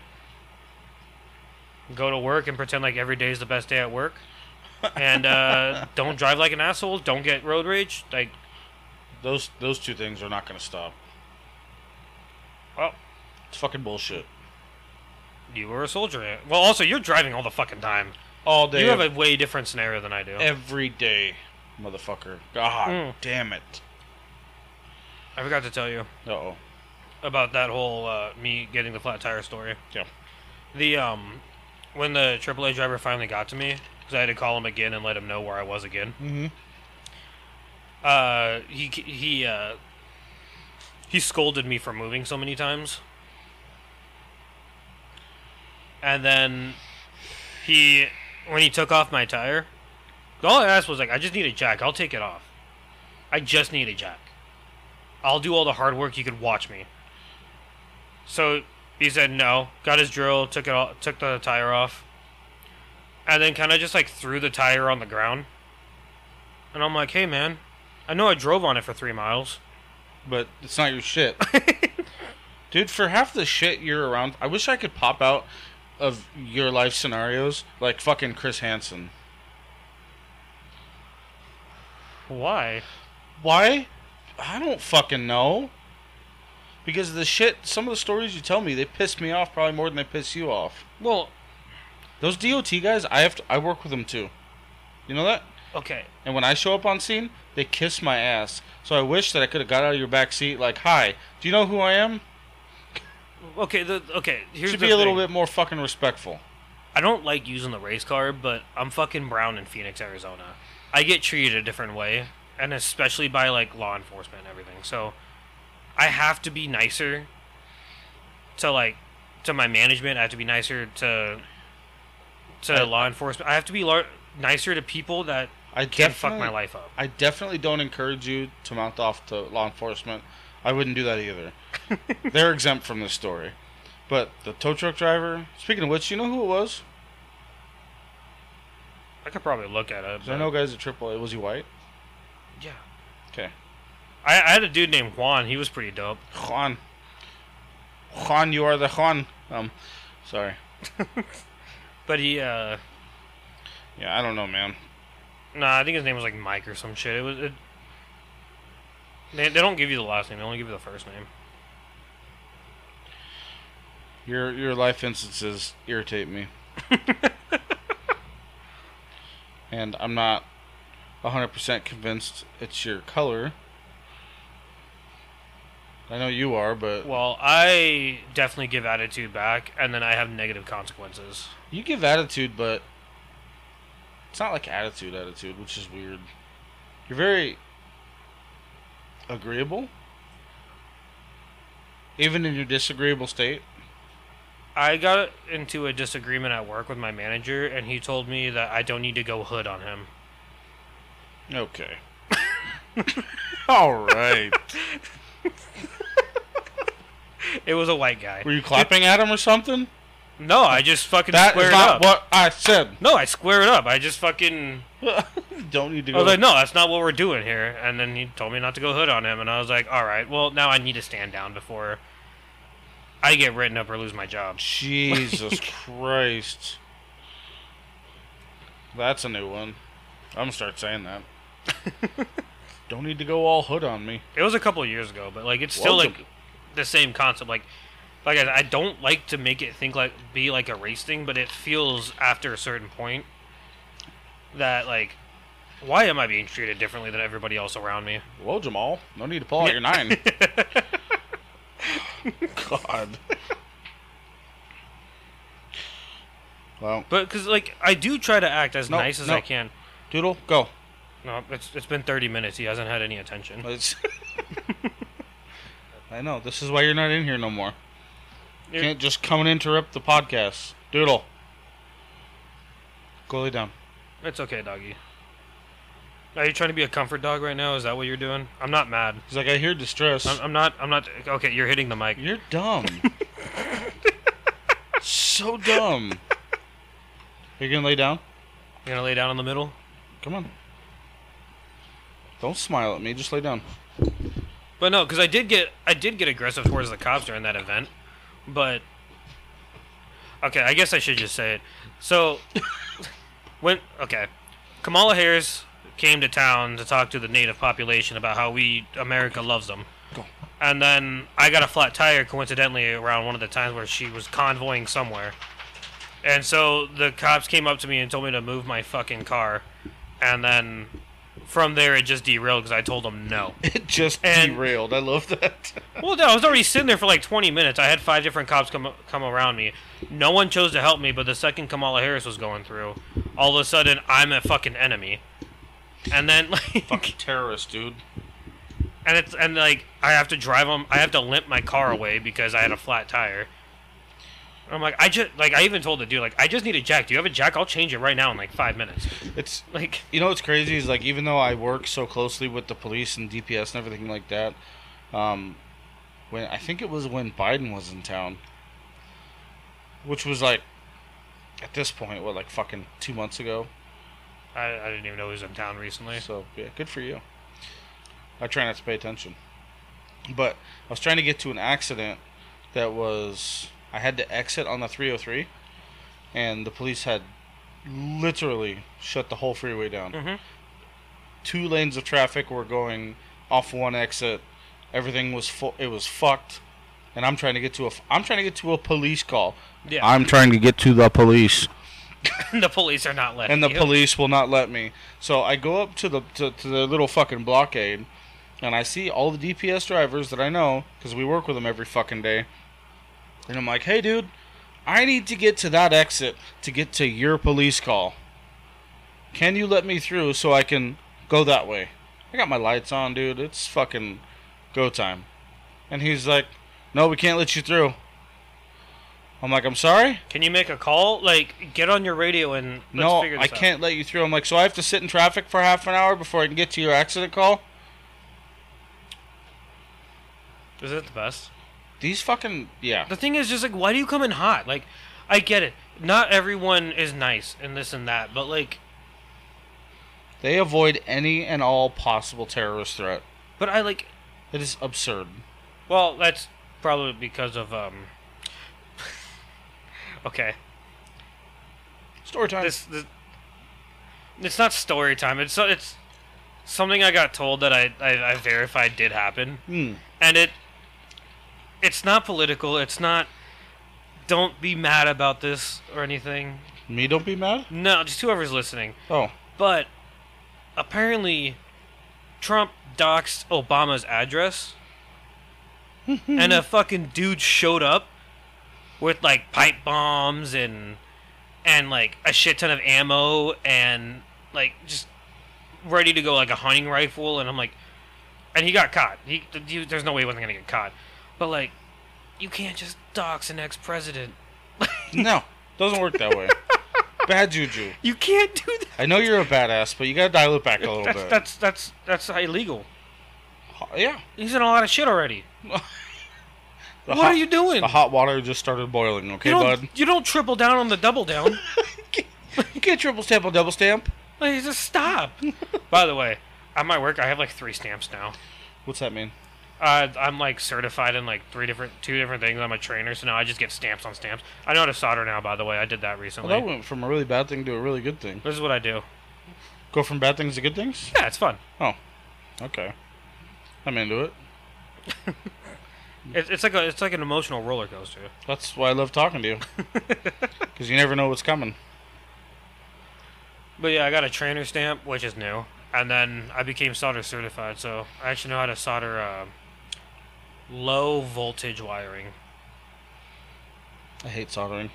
Speaker 1: Go to work and pretend like every day is the best day at work. And uh, don't drive like an asshole. Don't get road rage. Like,
Speaker 2: Those those two things are not going to stop.
Speaker 1: well,
Speaker 2: It's fucking bullshit.
Speaker 1: you were a soldier. Well, also, you're driving all the fucking time.
Speaker 2: All day.
Speaker 1: You have a way different scenario than I do.
Speaker 2: every day, motherfucker. God
Speaker 1: Mm.
Speaker 2: damn it.
Speaker 1: I forgot to tell you
Speaker 2: Uh oh.
Speaker 1: about that whole uh, me getting the flat tire story.
Speaker 2: Yeah.
Speaker 1: The um, when the AAA driver finally got to me, because I had to call him again and let him know where I was again.
Speaker 2: Mm-hmm.
Speaker 1: Uh, he he uh, he scolded me for moving so many times, and then he when he took off my tire, all I asked was like, "I just need a jack. I'll take it off. I just need a jack. I'll do all the hard work. You could watch me." So he said no. Got his drill, took it all, took the tire off, and then kind of just like threw the tire on the ground. And I'm like, "Hey, man." I know I drove on it for three miles.
Speaker 2: But it's not your shit. Dude, for half the shit you're around, I wish I could pop out of your life scenarios like fucking Chris Hansen.
Speaker 1: Why?
Speaker 2: Why? I don't fucking know. Because the shit, some of the stories you tell me, they piss me off probably more than they piss you off.
Speaker 1: Well,
Speaker 2: Those DOT guys, I have to, I work with them too. You know that?
Speaker 1: okay.
Speaker 2: And when I show up on scene, they kiss my ass. So I wish that I could have got out of your back seat like, "Hi, do you know who I am?"
Speaker 1: Okay, the, okay, here's
Speaker 2: Should
Speaker 1: the
Speaker 2: be a little
Speaker 1: thing.
Speaker 2: bit more fucking respectful.
Speaker 1: I don't like using the race car, but I'm fucking brown in Phoenix, Arizona. I get treated a different way, and especially by like law enforcement and everything. So I have to be nicer to like to my management. I have to be nicer to to
Speaker 2: I-
Speaker 1: law enforcement. I have to be lar- nicer to people that
Speaker 2: I
Speaker 1: can
Speaker 2: definitely,
Speaker 1: fuck my life up.
Speaker 2: I definitely don't encourage you to mouth off to law enforcement. I wouldn't do that either. They're exempt from this story. But the tow truck driver. Speaking of which, you know who it was?
Speaker 1: I could probably look at it.
Speaker 2: 'Cause I
Speaker 1: but-
Speaker 2: know guys at AAA. Was he white?
Speaker 1: Yeah.
Speaker 2: 'Kay.
Speaker 1: I, I had a dude named Juan. He was pretty dope.
Speaker 2: Juan. Juan, you are the Juan. Um, sorry.
Speaker 1: But he, uh,
Speaker 2: Yeah, I don't know, man.
Speaker 1: nah, I think his name was like Mike or some shit. It was. It, they, they don't give you the last name. They only give you the first name.
Speaker 2: Your your life instances irritate me. and I'm not 100% convinced it's your color. I know you are, but
Speaker 1: Well, I definitely give attitude back, and then I have negative consequences.
Speaker 2: you give attitude, but it's not like attitude attitude, which is weird. You're very agreeable even in your disagreeable state.
Speaker 1: I got into a disagreement at work with my manager, and he told me that I don't need to go hood on him.
Speaker 2: Okay. All right.
Speaker 1: It was a white guy.
Speaker 2: Were you clapping at him or something?
Speaker 1: No, I just fucking
Speaker 2: That
Speaker 1: squared
Speaker 2: is not
Speaker 1: it up.
Speaker 2: what I said.
Speaker 1: No, I squared it up. I just fucking
Speaker 2: Don't need
Speaker 1: I
Speaker 2: to go.
Speaker 1: was like, no, that's not what we're doing here. And then he told me not to go hood on him, and I was like, all right, well, now I need to stand down before I get written up or lose my job.
Speaker 2: Jesus Christ. That's a new one. I'm gonna start saying that. Don't need to go all hood on me.
Speaker 1: It was a couple of years ago, but like it's still
Speaker 2: Welcome.
Speaker 1: like the same concept. Like, like I, I don't like to make it think like be like a race thing, but it feels after a certain point that like, why am I being treated differently than everybody else around me?
Speaker 2: Well, Jamal, no need to pull out your Oh, nine. God. Well,
Speaker 1: But because like I do try to act as
Speaker 2: No,
Speaker 1: nice as
Speaker 2: no.
Speaker 1: I can.
Speaker 2: Doodle, go.
Speaker 1: No, it's it's been 30 minutes. He hasn't had any attention.
Speaker 2: Let's. I know. This is why you're not in here no more. You
Speaker 1: You're-
Speaker 2: can't just come and interrupt the podcast. Doodle. Go lay down.
Speaker 1: It's okay, doggy. Are you trying to be a comfort dog right now? Is that what you're doing? I'm not mad.
Speaker 2: He's like, I hear distress.
Speaker 1: I'm, I'm not. I'm not. Okay, you're hitting the mic.
Speaker 2: You're dumb. so dumb. You're gonna lay down?
Speaker 1: You're gonna lay down in the middle.
Speaker 2: Come on. Don't smile at me. Just lay down.
Speaker 1: But no, because I did get I did get aggressive towards the cops during that event. But okay, I guess I should just say it. So when okay, Kamala Harris came to town to talk to the native population about how we America loves them.
Speaker 2: Go.
Speaker 1: And then I got a flat tire coincidentally around one of the times where she was convoying somewhere. And so the cops came up to me and told me to move my fucking car. And then from there it just derailed because I told them no.
Speaker 2: It just
Speaker 1: And-
Speaker 2: derailed. I love that.
Speaker 1: Well, no, I was already sitting there for like 20 minutes. I had five different cops come come around me. No one chose to help me, but the second Kamala Harris was going through, all of a sudden I'm a fucking enemy. And then like
Speaker 2: Fucking terrorist, dude.
Speaker 1: and it's and like I have to drive them. I have to limp my car away because I had a flat tire. And I'm like I just like I even told the dude like I just need a jack. Do you have a jack? I'll change it right now in like five minutes.
Speaker 2: It's
Speaker 1: Like
Speaker 2: you know what's crazy is like even though I work so closely with the police and DPS and everything like that, um, when I think it was when Biden was in town, which was like at this point what like fucking two months ago.
Speaker 1: I, I didn't even know he was in town recently.
Speaker 2: So yeah, good for you. I try not to pay attention, but I was trying to get to an accident that was I had to exit on the 303, and the police had literally shut the whole freeway down.
Speaker 1: Mhm.
Speaker 2: Two lanes of traffic were going off one exit. Everything was fu- it was fucked, and I'm trying to get to a f- I'm trying to get to a police call.
Speaker 1: Yeah,
Speaker 2: I'm trying to get to the police
Speaker 1: the police are not letting.
Speaker 2: and the
Speaker 1: you.
Speaker 2: police will not let me. So I go up to the to, to the little fucking blockade, and I see all the DPS drivers that I know because we work with them every fucking day. And I'm like, hey, dude, I need to get to that exit to get to your police call. Can you let me through so I can go that way? I got my lights on, dude. It's fucking go time. And he's like, no, we can't let you through. I'm like, I'm sorry?
Speaker 1: Can you make a call? Like get on your radio and let's
Speaker 2: No,
Speaker 1: figure
Speaker 2: I
Speaker 1: this out.
Speaker 2: can't let you through. I'm like, so I have to sit in traffic for half an hour before I can get to your accident call?
Speaker 1: Is it the best?
Speaker 2: These fucking yeah.
Speaker 1: The thing is, just like, why do you come in hot? Like, I get it. Not everyone is nice and this and that, but like,
Speaker 2: They avoid any and all possible terrorist threat.
Speaker 1: but I like.
Speaker 2: It is absurd.
Speaker 1: Well, that's probably because of um. okay,
Speaker 2: Story time.
Speaker 1: this, this. It's not story time. It's so it's something I got told that I I, I verified did happen.
Speaker 2: Hmm.
Speaker 1: and it it's not political. It's not. Don't be mad about this or anything.
Speaker 2: Me don't be mad?
Speaker 1: No, just whoever's listening.
Speaker 2: Oh.
Speaker 1: But apparently, Trump doxed Obama's address, and a fucking dude showed up with like pipe bombs and and like a shit ton of ammo and like just ready to go like a hunting rifle. And I'm like, and he got caught. He, he there's no way he wasn't gonna get caught. But like, you can't just dox an ex president.
Speaker 2: No. Doesn't work that way. Bad juju.
Speaker 1: You can't do that.
Speaker 2: I know you're a badass, but you gotta dial it back a little
Speaker 1: That's
Speaker 2: bit.
Speaker 1: that's that's that's illegal.
Speaker 2: yeah.
Speaker 1: He's in a lot of shit already.
Speaker 2: The
Speaker 1: what
Speaker 2: hot,
Speaker 1: are you doing?
Speaker 2: The hot water just started boiling, okay,
Speaker 1: you don't,
Speaker 2: bud?
Speaker 1: you don't triple down on the double down.
Speaker 2: You can't triple stamp on double stamp.
Speaker 1: like, just stop. By the way, at my work, I have like three stamps now.
Speaker 2: What's that mean?
Speaker 1: Uh, I'm like certified in like three different, two different things. I'm a trainer, so now I just get stamps on stamps. I know how to solder now. By the way, I did that
Speaker 2: Well,
Speaker 1: recently.
Speaker 2: that went from a really bad thing to a really good thing.
Speaker 1: this is what I do.
Speaker 2: Go from bad things to good things?
Speaker 1: Yeah, it's fun.
Speaker 2: Okay. I'm into it.
Speaker 1: It's, it's like a, it's like an emotional roller coaster.
Speaker 2: That's why I love talking to you. Because you never know what's coming.
Speaker 1: But yeah, I got a trainer stamp, which is new, and then I became solder certified, so I actually know how to solder uh, low voltage wiring.
Speaker 2: I hate soldering.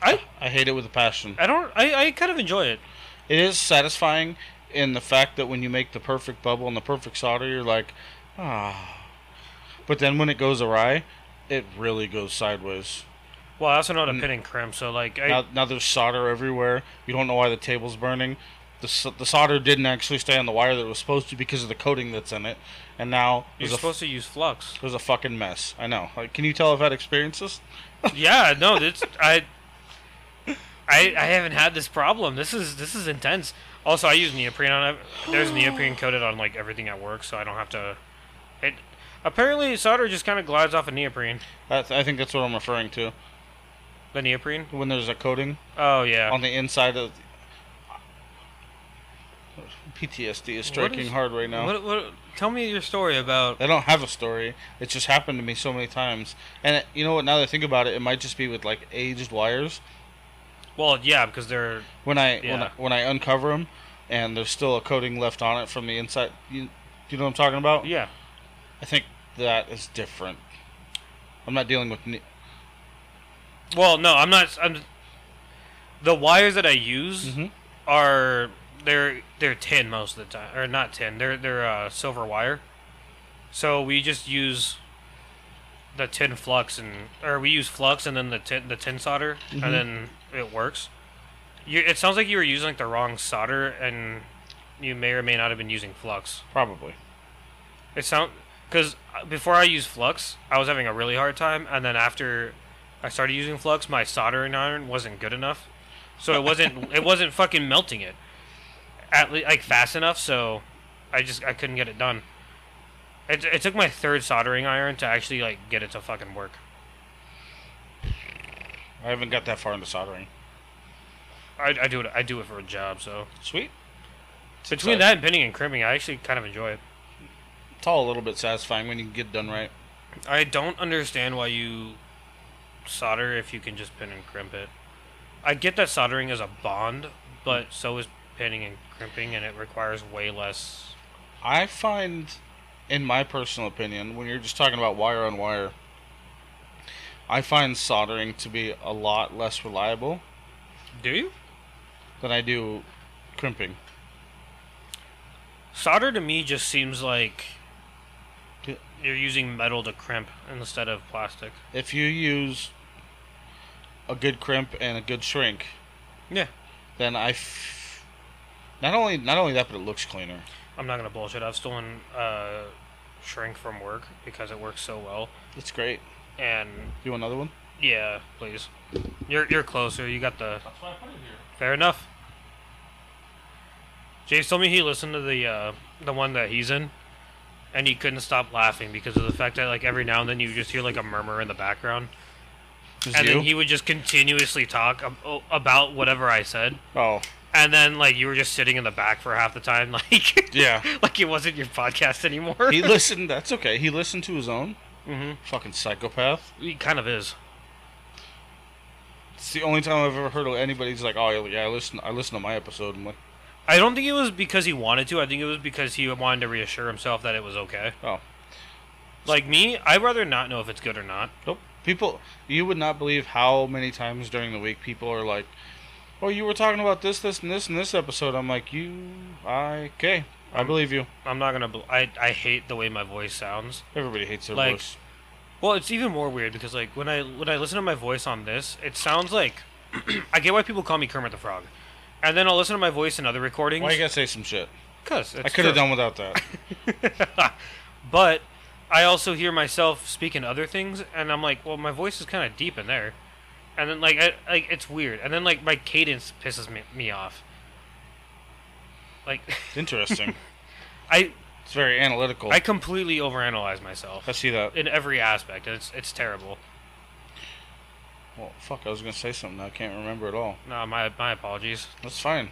Speaker 1: I
Speaker 2: I hate it with a passion.
Speaker 1: I don't. I, I kind of enjoy it.
Speaker 2: it is satisfying in the fact that when you make the perfect bubble and the perfect solder, you're like, ah. But then when it goes awry, it really goes sideways.
Speaker 1: Well, I also know the
Speaker 2: Mm.
Speaker 1: pitting crimp, so like I,
Speaker 2: Now, now there's solder everywhere. You don't know why the table's burning. The, s- the solder didn't actually stay on the wire that it was supposed to because of the coating that's in it. And now
Speaker 1: you're
Speaker 2: there's a,
Speaker 1: supposed to use flux.
Speaker 2: there's a fucking mess. I know. Like, can you tell I've had experiences?
Speaker 1: yeah, no, it's I, I I haven't had this problem. This is this is intense. Also, I use neoprene on it. There's neoprene coated on like everything at work, so I don't have to. It apparently solder just kind of glides off of neoprene.
Speaker 2: That's, I think that's what I'm referring to.
Speaker 1: The neoprene.
Speaker 2: When there's a coating
Speaker 1: Oh yeah.
Speaker 2: on the inside of. PTSD is striking
Speaker 1: is-
Speaker 2: hard right now.
Speaker 1: What, what, tell me your story about.
Speaker 2: I don't have a story. It's just happened to me so many times. And it, you know what? Now that I think about it, it might just be with like aged wires.
Speaker 1: Well, yeah, because they're
Speaker 2: When I when I,
Speaker 1: Yeah.
Speaker 2: when I uncover them, and there's still a coating left on it from the inside. You, you know what I'm talking about?
Speaker 1: yeah.
Speaker 2: I think that is different. I'm not dealing with. Ne-
Speaker 1: Well, no, I'm not. I'm. The wires that I use
Speaker 2: Mhm.
Speaker 1: are they're they're tin most of the time, or not tin. They're they're uh, silver wire. So we just use the tin flux and or we use flux and then the tin the tin solder
Speaker 2: Mhm.
Speaker 1: and then it works. You, it sounds like you were using like the wrong solder and you may or may not have been using flux.
Speaker 2: Probably.
Speaker 1: It sound because before I used Flux, I was having a really hard time, and then after I started using Flux, my soldering iron wasn't good enough, so it wasn't it wasn't fucking melting it at le- like fast enough. So I just I couldn't get it done. It, it took my third soldering iron to actually like get it to fucking work.
Speaker 2: I haven't got that far into soldering.
Speaker 1: I, I do it I do it for a job. So
Speaker 2: Sweet.
Speaker 1: between
Speaker 2: exciting.
Speaker 1: that and pinning and crimping, I actually kind of enjoy it.
Speaker 2: It's all a little bit satisfying when you can get it done right.
Speaker 1: I don't understand why you solder if you can just pin and crimp it. I get that soldering is a bond, but so is pinning and crimping, and it requires way less.
Speaker 2: I find, in my personal opinion, when you're just talking about wire on wire, I find soldering to be a lot less reliable
Speaker 1: Do you?
Speaker 2: than I do crimping.
Speaker 1: Solder to me just seems like you're using metal to crimp instead of plastic.
Speaker 2: If you use a good crimp and a good shrink,
Speaker 1: Yeah.
Speaker 2: then I f- not only not only that, but it looks cleaner.
Speaker 1: I'm not gonna bullshit. I've stolen uh, shrink from work because it works so well,
Speaker 2: It's great.
Speaker 1: and
Speaker 2: You want another one?
Speaker 1: yeah, please. You're you're closer. You got the
Speaker 2: That's why I put it here.
Speaker 1: Fair enough. James told me he listened to the uh, the one that he's in, and he couldn't stop laughing because of the fact that like every now and then you just hear like a murmur in the background, and
Speaker 2: you?
Speaker 1: then he would just continuously talk ab- o- about whatever I said,
Speaker 2: oh
Speaker 1: and then like you were just sitting in the back for half the time, like
Speaker 2: yeah.
Speaker 1: like it wasn't your podcast anymore.
Speaker 2: He listened. That's okay. He listened to his own.
Speaker 1: hmm
Speaker 2: Fucking psychopath.
Speaker 1: He kind of is.
Speaker 2: It's the only time I've ever heard of anybody's like, oh yeah, I listen, I listen to my episode. I'm like,
Speaker 1: I don't think it was because he wanted to. I think it was because he wanted to reassure himself that it was okay.
Speaker 2: oh,
Speaker 1: Like me, I'd rather not know if it's good or not.
Speaker 2: nope. People, you would not believe how many times during the week people are like, oh, you were talking about this, this, and this, and this episode. I'm like, you, I, okay, I believe you.
Speaker 1: I'm not gonna. Bl- I I hate the way my voice sounds.
Speaker 2: Everybody hates their
Speaker 1: Like-
Speaker 2: voice.
Speaker 1: Well, it's even more weird because like when I when I listen to my voice on this, it sounds like I get why people call me Kermit the Frog, and then I'll listen to my voice in other recordings.
Speaker 2: Why you gotta say some shit?
Speaker 1: Cause
Speaker 2: I could have done without that.
Speaker 1: but I also hear myself speak in other things, and I'm like, well, my voice is kind of deep in there, and then like I, like it's weird, and then like my cadence pisses me, me off. Like
Speaker 2: Interesting.
Speaker 1: I
Speaker 2: it's very analytical.
Speaker 1: I completely overanalyze myself
Speaker 2: I see that.
Speaker 1: in every aspect, and it's it's terrible.
Speaker 2: Well, fuck, I was gonna say something. I can't remember at all.
Speaker 1: No, my my apologies.
Speaker 2: That's fine.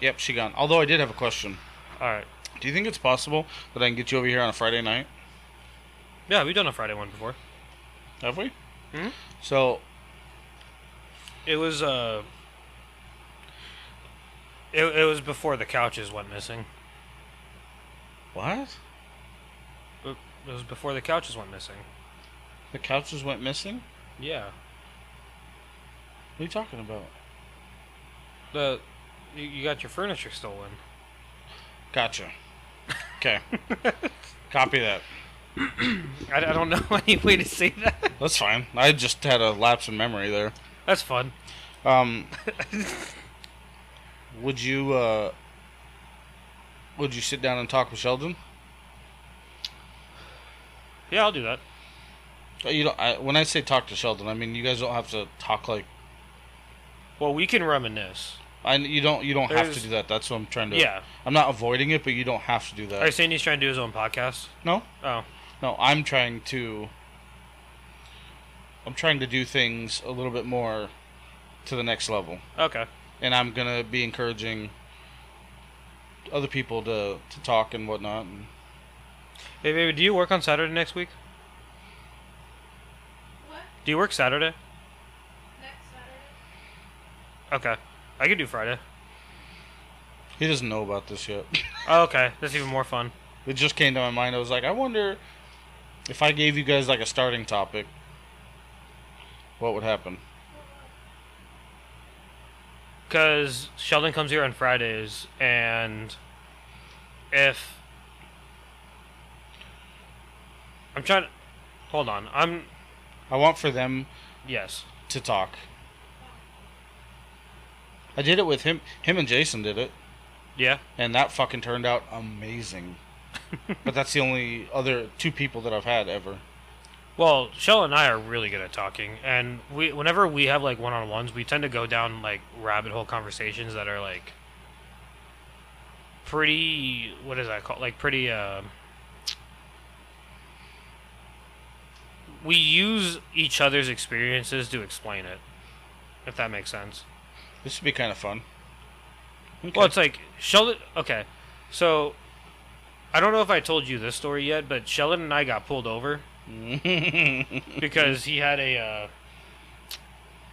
Speaker 2: Yep, she gone. Although I did have a question.
Speaker 1: All right.
Speaker 2: Do you think it's possible that I can get you over here on a Friday night?
Speaker 1: Yeah, we've done a Friday one before.
Speaker 2: Have we?
Speaker 1: Mhm.
Speaker 2: So
Speaker 1: It was uh. It, it was before the couches went missing.
Speaker 2: what?
Speaker 1: It it was before the couches went missing.
Speaker 2: The couches went missing.
Speaker 1: Yeah.
Speaker 2: What are you talking about?
Speaker 1: The you, you got your furniture stolen.
Speaker 2: Gotcha. Okay. Copy that.
Speaker 1: I, I don't know any way to say that.
Speaker 2: That's fine. I just had a lapse in memory there.
Speaker 1: That's fun.
Speaker 2: Um, would you uh, would you sit down and talk with Sheldon?
Speaker 1: Yeah, I'll do that.
Speaker 2: Uh, You don't, I, when I say talk to Sheldon, I mean you guys don't have to talk like
Speaker 1: Well, we can reminisce.
Speaker 2: I. You don't. You don't have to
Speaker 1: There's-
Speaker 2: do that. That's what I'm trying to.
Speaker 1: Yeah.
Speaker 2: I'm not avoiding it, but you don't have to do that.
Speaker 1: Are you saying he's trying to do his own podcast?
Speaker 2: No.
Speaker 1: Oh,
Speaker 2: No, I'm trying to. I'm trying to do things a little bit more to the next level,
Speaker 1: okay.
Speaker 2: and I'm gonna be encouraging other people to to talk and whatnot. And
Speaker 1: Hey, baby, do you work on Saturday next week?
Speaker 3: What?
Speaker 1: Do you work Saturday?
Speaker 3: Next Saturday?
Speaker 1: Okay. I could do Friday.
Speaker 2: he doesn't know about this yet.
Speaker 1: Oh, okay. That's even more fun.
Speaker 2: it just came to my mind. I was like, I wonder if I gave you guys like a starting topic, what would happen?
Speaker 1: Because Sheldon comes here on Fridays, and if. I'm trying to. Hold on. I'm.
Speaker 2: I want for them
Speaker 1: Yes.
Speaker 2: to talk. I did it with him. Him and Jason did it.
Speaker 1: Yeah.
Speaker 2: and that fucking turned out amazing. but that's the only other two people that I've had ever.
Speaker 1: Well, Sheldon and I are really good at talking, and we whenever we have like one on ones, we tend to go down like rabbit hole conversations that are like pretty. What is that called? Like pretty. Uh, we use each other's experiences to explain it, if that makes sense.
Speaker 2: This would be kind of fun.
Speaker 1: Well, it's like Sheldon. Okay, so I don't know if I told you this story yet, but Sheldon and I got pulled over because he had a uh,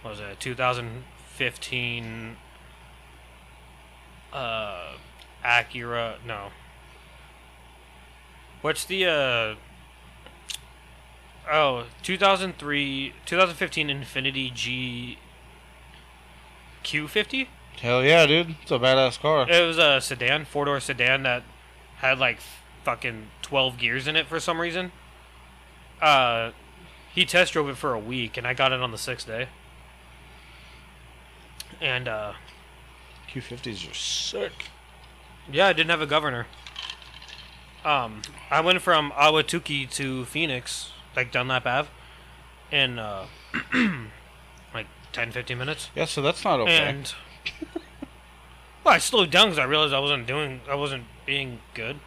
Speaker 1: what was it a 2015 uh, Acura? No, what's the uh? Oh, 2003, 2015 Infinity G Q50.
Speaker 2: Hell yeah, dude! It's a badass car.
Speaker 1: It was a sedan, four door sedan that had like fucking twelve gears in it for some reason. Uh, he test drove it for a week, and I got it on the sixth day. And uh,
Speaker 2: Q50s are sick.
Speaker 1: yeah, I didn't have a governor. Um, I went from Awatuki to Phoenix, like Dunlap Ave, in uh, like 10, 15 minutes.
Speaker 2: Yeah, so that's not okay.
Speaker 1: And well, I slowed down because I realized I wasn't doing, I wasn't being good,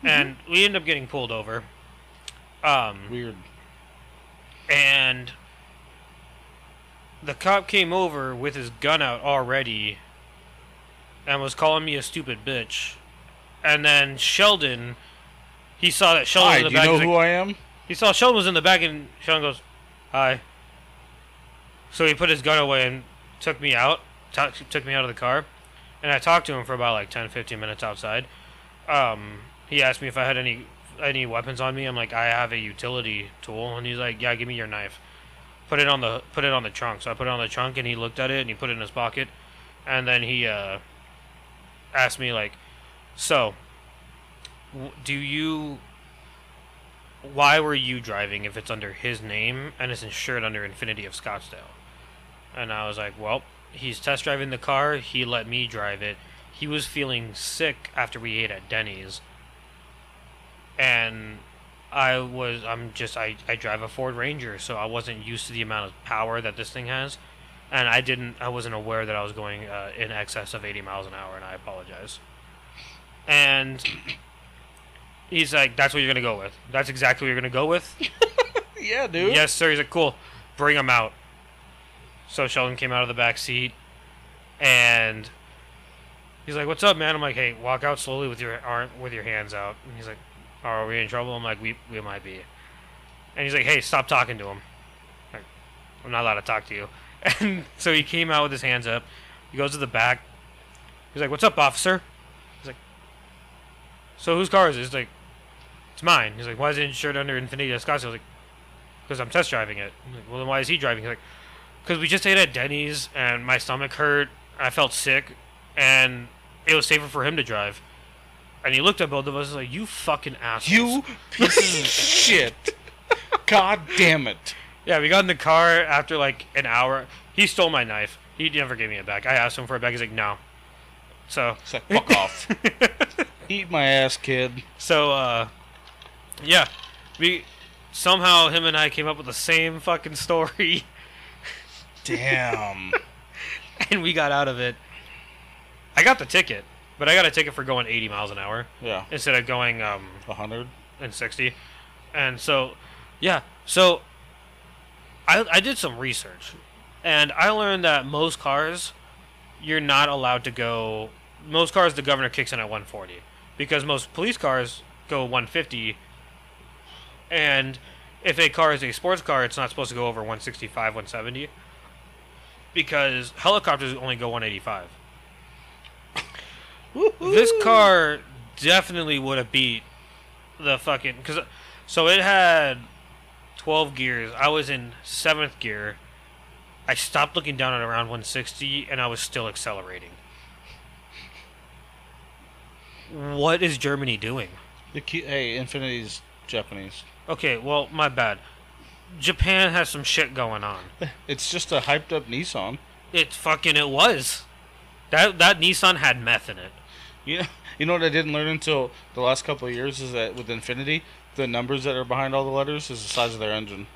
Speaker 2: Mm-hmm.
Speaker 1: and we ended up getting pulled over. Um,
Speaker 2: Weird.
Speaker 1: and the cop came over with his gun out already, and was calling me a stupid bitch. And then Sheldon, he saw that Sheldon
Speaker 2: Hi,
Speaker 1: was
Speaker 2: do
Speaker 1: in
Speaker 2: you
Speaker 1: the back.
Speaker 2: know
Speaker 1: he's
Speaker 2: who
Speaker 1: like-
Speaker 2: I am?
Speaker 1: he saw Sheldon was in the back, and Sheldon goes, "Hi." So he put his gun away and took me out. ta- took me out of the car, and I talked to him for about like 10, 15 minutes outside. Um, he asked me if I had any any weapons on me. I'm like, I have a utility tool, and he's like, Yeah, give me your knife. Put it on the put it on the trunk. So I put it on the trunk, and he looked at it, and he put it in his pocket, and then he uh, asked me like, So, w- do you why were you driving if it's under his name and it's insured under Infinity of Scottsdale? And I was like, well, he's test driving the car. He let me drive it. He was feeling sick after we ate at Denny's. And I was, I'm just, I, I drive a Ford Ranger, so I wasn't used to the amount of power that this thing has. And I didn't, I wasn't aware that I was going uh, in excess of 80 miles an hour, and I apologize. And he's like, that's what you're going to go with. That's exactly what you're going to go with.
Speaker 2: Yeah, dude.
Speaker 1: Yes, sir. He's like, cool. Bring him out. So Sheldon came out of the back seat, and he's like, "What's up, man?" I'm like, "Hey, walk out slowly with your arm, with your hands out." And he's like, "Oh, "Are we in trouble?" I'm like, "We we might be." And he's like, "Hey, stop talking to him." I'm, like, I'm not allowed to talk to you. And so he came out with his hands up. He goes to the back. He's like, "What's up, officer?" He's like, "So whose car is it?" He's like, "It's mine." He's like, "Why is it insured under Infinity Scottsdale?" I was like because I'm test driving it. I'm like, well, then why is he driving? He's like, because we just ate at Denny's and my stomach hurt. I felt sick, and it was safer for him to drive. And he looked at both of us like, "You fucking assholes!"
Speaker 2: You pieces of shit. God damn it.
Speaker 1: Yeah, we got in the car after like an hour. He stole my knife. He never gave me it back. I asked him for it back. He's like, "No." So
Speaker 2: It's like, fuck off. Eat my ass, kid.
Speaker 1: So, uh, yeah, we somehow him and I came up with the same fucking story,
Speaker 2: Damn.
Speaker 1: and we got out of it. I got the ticket, but I got a ticket for going 80 miles an hour
Speaker 2: Yeah.
Speaker 1: instead of going um
Speaker 2: A hundred?
Speaker 1: and 60, and so, yeah, so I I did some research, and I learned that most cars, you're not allowed to go. Most cars, the governor kicks in at 140 because most police cars go 150 and if a car is a sports car, it's not supposed to go over 165, 170, because helicopters only go 185. This car definitely would have beat the fucking because so it had 12 gears. I was in seventh gear. I stopped looking down at around 160, and I was still accelerating. What is Germany doing?
Speaker 2: The key, hey, Infinity's Japanese.
Speaker 1: Okay, well, my bad. Japan has some shit going on.
Speaker 2: It's just a hyped up Nissan.
Speaker 1: It fucking it was. That that Nissan had meth in it.
Speaker 2: You know, you know what I didn't learn until the last couple of years is that with Infinity, the numbers that are behind all the letters is the size of their engine.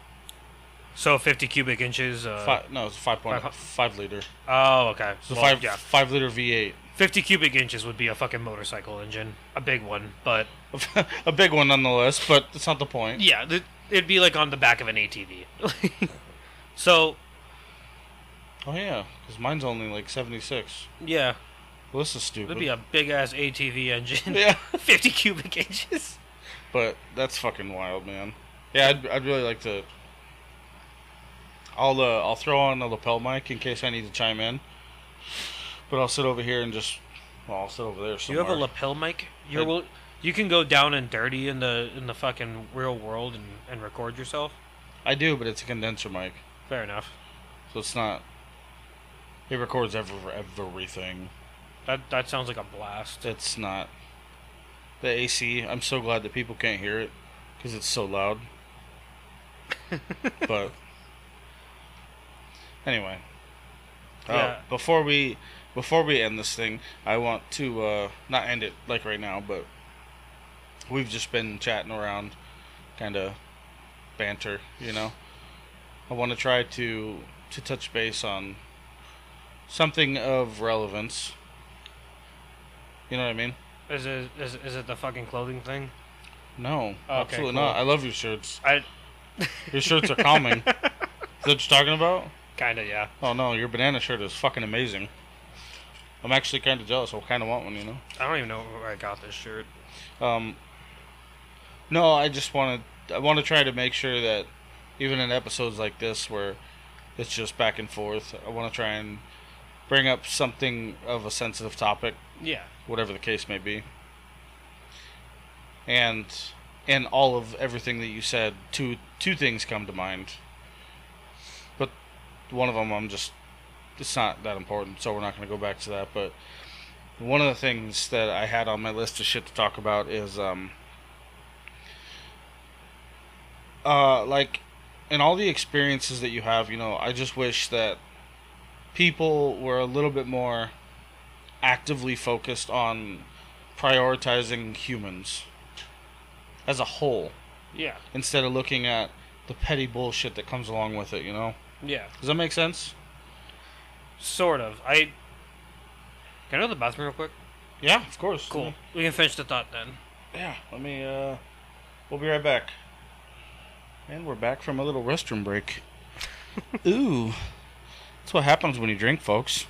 Speaker 1: So 50 cubic inches. Uh,
Speaker 2: Five, no, it's a five point
Speaker 1: Five-
Speaker 2: five liter.
Speaker 1: Oh, okay.
Speaker 2: It's a
Speaker 1: Well,
Speaker 2: five
Speaker 1: yeah.
Speaker 2: five liter V eight.
Speaker 1: 50 cubic inches would be a fucking motorcycle engine, a big one. But
Speaker 2: a big one nonetheless, but that's not the point.
Speaker 1: yeah, th- it'd be like on the back of an ATV. so
Speaker 2: Oh yeah, because mine's only like seventy six.
Speaker 1: yeah,
Speaker 2: Well, this is stupid.
Speaker 1: it'd be a big ass ATV engine.
Speaker 2: yeah,
Speaker 1: 50 cubic inches.
Speaker 2: but that's fucking wild, man. Yeah, I'd, I'd really like to. I'll uh, I'll throw on a lapel mic in case I need to chime in, but I'll sit over here and just well, I'll sit over there.
Speaker 1: Do
Speaker 2: Somewhere.
Speaker 1: You have a lapel mic. You're
Speaker 2: I-
Speaker 1: will, you can go down and dirty in the in the fucking real world and, and record yourself.
Speaker 2: I do, but it's a condenser mic,
Speaker 1: Fair enough.
Speaker 2: so it's not. It records every, everything.
Speaker 1: That that sounds like a blast.
Speaker 2: It's not. The AC. I'm so glad that people can't hear it, because it's so loud. but anyway, uh,
Speaker 1: Yeah.
Speaker 2: before we before we end this thing, I want to uh, not end it like right now, but we've just been chatting around, kind of banter, you know. I want to try to to touch base on something of relevance. You know what I mean?
Speaker 1: Is it is, is it the fucking clothing thing?
Speaker 2: No, absolutely
Speaker 1: cool.
Speaker 2: not. I love your shirts.
Speaker 1: I
Speaker 2: Your shirts are calming. is that what you're talking about?
Speaker 1: kind of yeah.
Speaker 2: Oh no, your banana shirt is fucking amazing. I'm actually kind of jealous. I kind of want one, you know.
Speaker 1: I don't even know where I got this shirt.
Speaker 2: Um, no, I just want to. I want to try to make sure that even in episodes like this where it's just back and forth, I want to try and bring up something of a sensitive topic
Speaker 1: Yeah.
Speaker 2: whatever the case may be. And and all of everything that you said, two two things come to mind. But one of them, I'm just it's not that important, so we're not going to go back to that. But one of the things that I had on my list of shit to talk about is um uh like in all the experiences that you have, you know, I just wish that people were a little bit more actively focused on prioritizing humans as a whole
Speaker 1: Yeah.
Speaker 2: instead of looking at the petty bullshit that comes along with it, you know?
Speaker 1: Yeah.
Speaker 2: Does that make sense?
Speaker 1: Sort of. I. Can I go to the bathroom real quick?
Speaker 2: Yeah, of course.
Speaker 1: Cool. We can finish the thought then.
Speaker 2: Yeah, let me, uh, we'll be right back. And we're back from a little restroom break. Ooh. That's what happens when you drink, folks.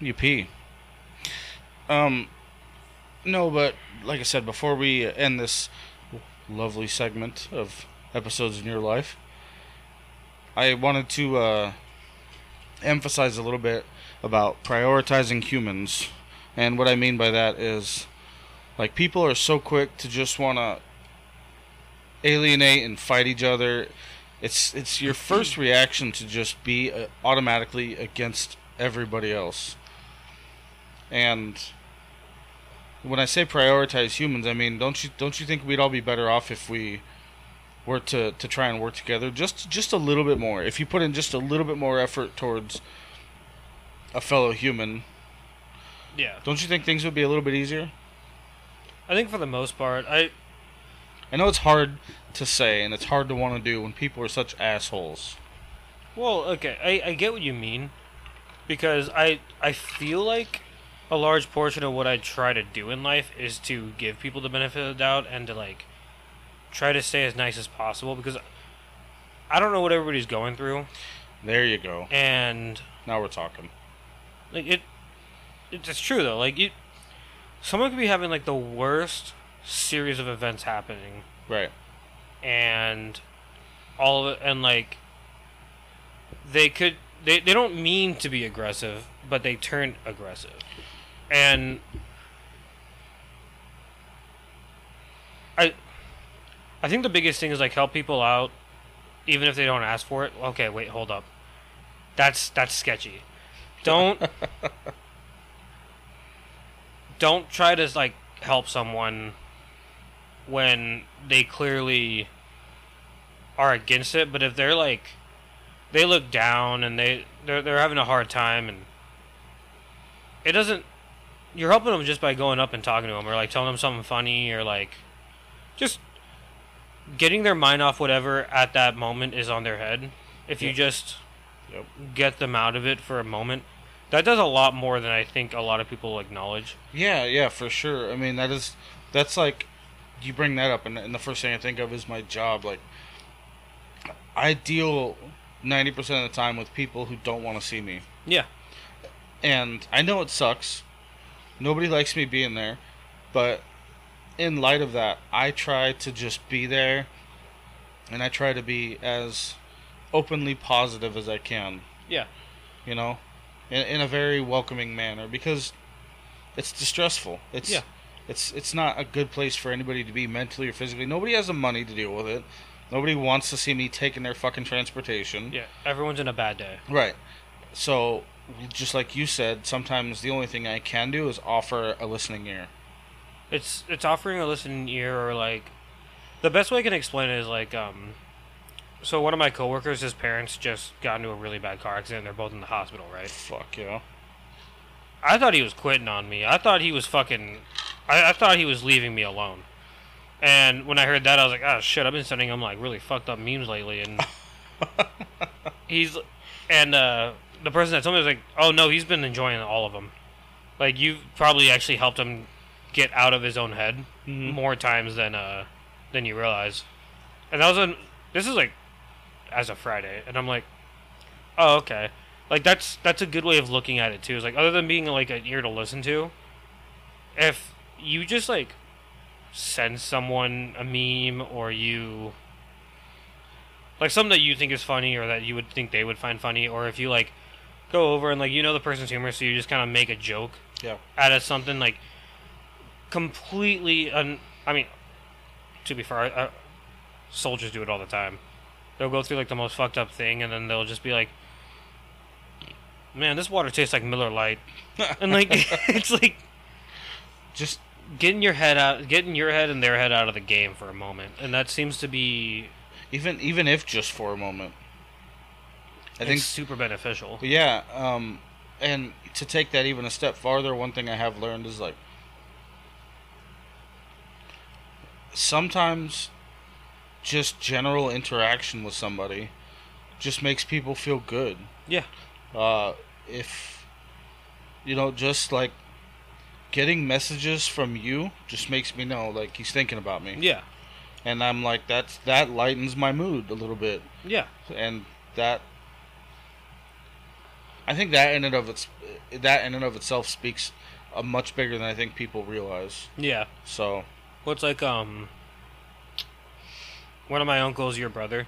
Speaker 2: You pee. Um, no, but like I said, before we end this lovely segment of episodes in your life, I wanted to, uh, emphasize a little bit about prioritizing humans. And what I mean by that is, like people are so quick to just want to alienate and fight each other It's it's your first reaction to just be uh, automatically against everybody else. And when I say prioritize humans, I mean don't you don't you think we'd all be better off if we were to, to try and work together just just a little bit more. If you put in just a little bit more effort towards a fellow human,
Speaker 1: Yeah.
Speaker 2: don't you think things would be a little bit easier?
Speaker 1: I think for the most part, I
Speaker 2: I know it's hard to say and it's hard to want to do when people are such assholes.
Speaker 1: Well, okay, I, I get what you mean, because I I feel like a large portion of what I try to do in life is to give people the benefit of the doubt and to like try to stay as nice as possible because I don't know what everybody's going through
Speaker 2: There you go.
Speaker 1: and
Speaker 2: Now we're talking.
Speaker 1: like it it's, it's true though like it someone could be having like the worst series of events happening
Speaker 2: Right.
Speaker 1: and all of it and like they could they, they don't mean to be aggressive but they turn aggressive and i i think the biggest thing is like help people out even if they don't ask for it okay wait hold up that's that's sketchy don't don't try to like help someone when they clearly are against it, but if they're like they look down and they they're, they're having a hard time and it doesn't you're helping them just by going up and talking to them or like telling them something funny or like just getting their mind off whatever at that moment is on their head if you
Speaker 2: Yeah.
Speaker 1: just
Speaker 2: Yep.
Speaker 1: get them out of it for a moment that does a lot more than i think a lot of people acknowledge
Speaker 2: Yeah, yeah, for sure. I mean, that is that's like you bring that up, and, and the first thing I think of is my job. Like, I deal ninety percent of the time with people who don't want to see me,
Speaker 1: yeah
Speaker 2: and I know it sucks. Nobody likes me being there, but in light of that, I try to just be there, and I try to be as openly positive as I can
Speaker 1: yeah
Speaker 2: you know, in, in a very welcoming manner because it's distressful. It's
Speaker 1: Yeah.
Speaker 2: it's it's not a good place for anybody to be mentally or physically. Nobody has the money to deal with it. Nobody wants to see me taking their fucking transportation.
Speaker 1: yeah everyone's in a bad day
Speaker 2: Right. So just like you said, sometimes the only thing I can do is offer a listening ear.
Speaker 1: It's it's offering a listening ear or like the best way I can explain it is like um so one of my coworkers, his parents just got into a really bad car accident. They're both in the hospital, right?
Speaker 2: Fuck yeah.
Speaker 1: I thought he was quitting on me. I thought he was fucking. I, I thought he was leaving me alone. And when I heard that, I was like, oh shit! I've been sending him like really fucked up memes lately, and he's and uh, the person that told me was like, oh no, he's been enjoying all of them. Like you've probably actually helped him get out of his own head more times than uh than you realize. And that was on this is like as a Friday, and I'm like, oh okay like that's that's a good way of looking at it too. Is like other than being like an ear to listen to, if you just like send someone a meme or you like something that you think is funny or that you would think they would find funny, or if you like go over and like you know the person's humor, so you just kind of make a joke
Speaker 2: Yeah.
Speaker 1: out of something like completely un. I mean, to be fair, uh, soldiers do it all the time. They'll go through like the most fucked up thing, and then they'll just be like, "Man, this water tastes like Miller Lite," and like it's like
Speaker 2: Just
Speaker 1: getting your head out, getting your head and their head out of the game for a moment, and that seems to be
Speaker 2: even even if just for a moment. I
Speaker 1: I
Speaker 2: think
Speaker 1: think super beneficial.
Speaker 2: But yeah, um, and to take that even a step farther, one thing I have learned is like sometimes just general interaction with somebody just makes people feel good.
Speaker 1: Yeah.
Speaker 2: Uh, if you know, just like getting messages from you just makes me know like he's thinking about me,
Speaker 1: Yeah,
Speaker 2: and I'm like that's that lightens my mood a little bit
Speaker 1: yeah,
Speaker 2: and that I think that in and of its that in and of itself speaks a much bigger than I think people realize.
Speaker 1: yeah.
Speaker 2: So
Speaker 1: What's like um one of my uncles, your brother,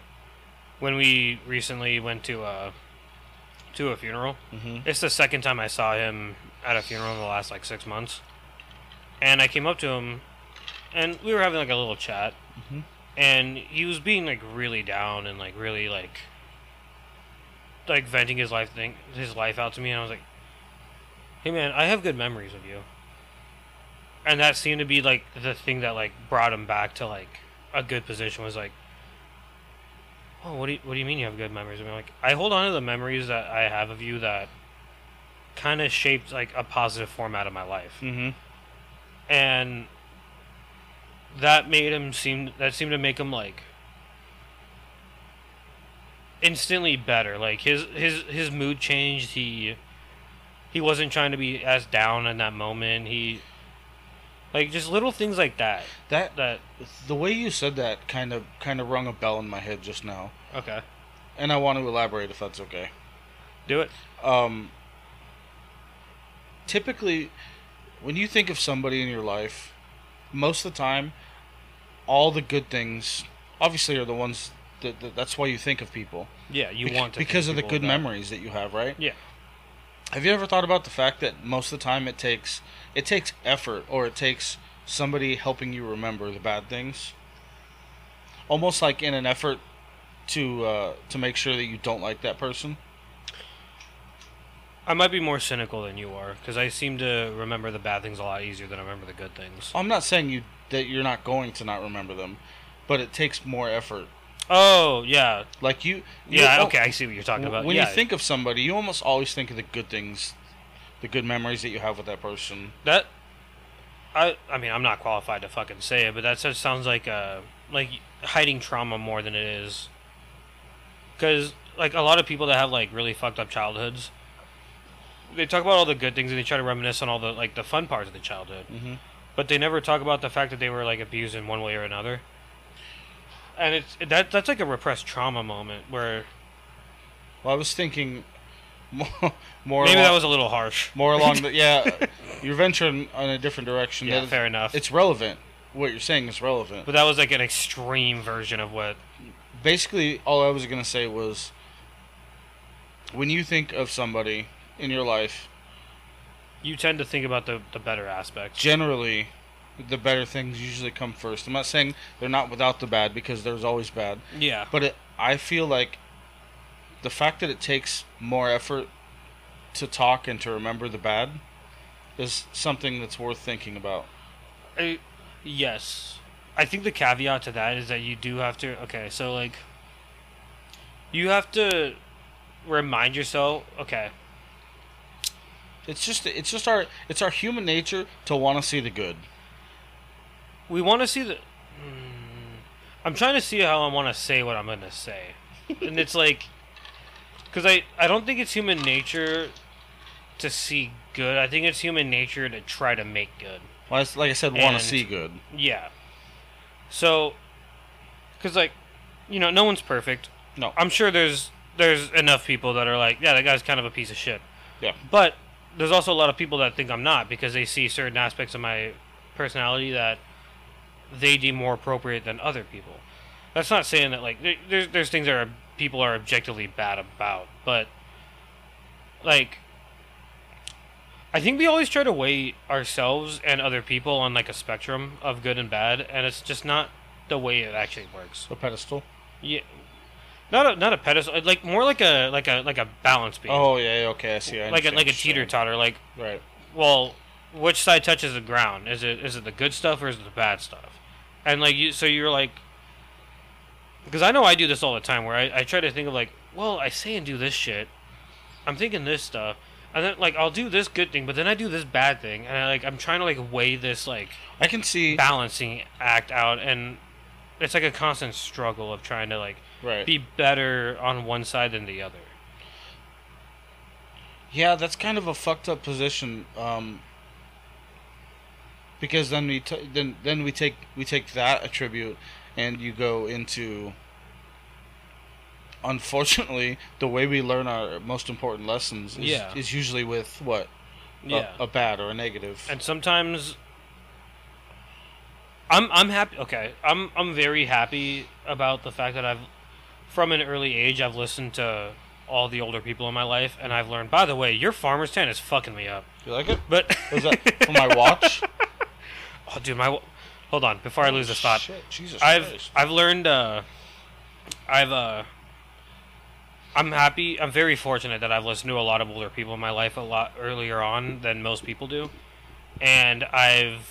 Speaker 1: when we recently went to uh to a funeral. It's the second time I saw him at a funeral in the last like six months, and I came up to him, and we were having like a little chat, and he was being like really down and like really like like venting his life thing his life out to me and I was like hey man I have good memories of you and that seemed to be like the thing that like brought him back to like a good position was like oh what do you, what do you mean you have good memories I mean like I hold on to the memories that I have of you that kind of shaped like a positive format of my life
Speaker 2: Mm-hmm.
Speaker 1: and that made him seem that seemed to make him like instantly better like his his his mood changed he he wasn't trying to be as down in that moment he like just little things like that
Speaker 2: That
Speaker 1: that
Speaker 2: the way you said that kind of kind of rung a bell in my head just now,
Speaker 1: okay
Speaker 2: and I want to elaborate if that's okay.
Speaker 1: do it
Speaker 2: um, typically when you think of somebody in your life most of the time all the good things obviously are the ones that, that that's why you think of people
Speaker 1: yeah you
Speaker 2: Bec-
Speaker 1: want to
Speaker 2: because
Speaker 1: think
Speaker 2: of the
Speaker 1: people
Speaker 2: good
Speaker 1: that-
Speaker 2: memories that you have right
Speaker 1: Yeah.
Speaker 2: have you ever thought about the fact that most of the time it takes it takes effort or it takes somebody helping you remember the bad things almost like in an effort to uh, to make sure that you don't like that person
Speaker 1: i might be more cynical than you are because i seem to remember the bad things a lot easier than i remember the good things
Speaker 2: I'm not saying you that you're not going to not remember them, but it takes more effort.
Speaker 1: oh yeah
Speaker 2: Like you,
Speaker 1: yeah
Speaker 2: you-
Speaker 1: okay i see what you're talking about
Speaker 2: When
Speaker 1: yeah,
Speaker 2: you think of somebody, you almost always think of the good things, the good memories that you have with that person.
Speaker 1: That I I mean I'm not qualified to fucking say it, but that just sounds like uh like hiding trauma more than it is. Cuz like a lot of people that have like really fucked up childhoods they talk about all the good things and they try to reminisce on all the like the fun parts of the childhood,
Speaker 2: Mm-hmm.
Speaker 1: but they never talk about the fact that they were like abused in one way or another. And it's that that's like a repressed trauma moment where
Speaker 2: Well, I was thinking more, more
Speaker 1: maybe
Speaker 2: along,
Speaker 1: that was a little harsh.
Speaker 2: more along the yeah. You're venturing on a different direction.
Speaker 1: Yeah,
Speaker 2: that
Speaker 1: fair enough.
Speaker 2: It's relevant. What you're saying is relevant.
Speaker 1: but that was like an extreme version of what
Speaker 2: basically all I was gonna say was when you think of somebody in your life,
Speaker 1: you tend to think about the the better aspects.
Speaker 2: generally the better things usually come first. I'm not saying they're not without the bad because there's always bad,
Speaker 1: yeah.
Speaker 2: but it, I feel like the fact that it takes more effort to talk and to remember the bad is something that's worth thinking about.
Speaker 1: I, yes. I think the caveat to that is that you do have to. Okay, so like, you have to remind yourself. Okay,
Speaker 2: It's just it's just our it's our human nature to want to see the good.
Speaker 1: we want to see the. Hmm. I'm trying to see how I want to say what I'm gonna say, and it's like, because I I don't think it's human nature to see good. I think it's human nature to try to make good.
Speaker 2: Well, it's- Like I said, want
Speaker 1: And-
Speaker 2: to see good.
Speaker 1: Yeah. So, because like, you know, no one's perfect.
Speaker 2: No.
Speaker 1: I'm sure there's there's enough people that are like, yeah, that guy's kind of a piece of shit.
Speaker 2: Yeah.
Speaker 1: But there's also a lot of people that think I'm not because they see certain aspects of my personality that they deem more appropriate than other people. That's not saying that like there, there's there's things that are, people are objectively bad about, but like I think we always try to weigh ourselves and other people on like a spectrum of good and bad, and it's just not the way it actually works.
Speaker 2: A pedestal.
Speaker 1: Yeah, not a not a pedestal, uh, like more like a like a like a balance beam,
Speaker 2: Oh yeah, yeah, okay, I see. I
Speaker 1: like a
Speaker 2: understand
Speaker 1: like a
Speaker 2: what you're
Speaker 1: teeter totter. Like,
Speaker 2: saying. Right.
Speaker 1: well, which side touches the ground? Is it is it the good stuff or is it the bad stuff? And like you, so you're like, because I know I do this all the time, where I, I try to think of like, well, I say and do this shit, I'm thinking this stuff, and then like I'll do this good thing, but then I do this bad thing, and I like I'm trying to like weigh this like
Speaker 2: I can see.
Speaker 1: balancing act out, and it's like a constant struggle of trying to like
Speaker 2: Right.
Speaker 1: be better on one side than the other.
Speaker 2: Yeah, that's kind of a fucked up position. Um, because then we t- then then we take we take that attribute, and you go into. Unfortunately, the way we learn our most important lessons is,
Speaker 1: Yeah.
Speaker 2: is usually with what A- a, bad or a negative.
Speaker 1: and sometimes I'm I'm happy. Okay, I'm I'm very happy about the fact that I've from an early age I've listened to all the older people in my life, and I've learned. By the way, your farmer's tan is fucking me up.
Speaker 2: you like it?
Speaker 1: But
Speaker 2: Was that for my watch?
Speaker 1: oh, dude, my wa- Hold on, before I lose this thought.
Speaker 2: Shit, Jesus
Speaker 1: I've
Speaker 2: Christ.
Speaker 1: I've learned uh I've uh I'm happy I'm very fortunate that I've listened to a lot of older people in my life a lot earlier on than most people do. And I've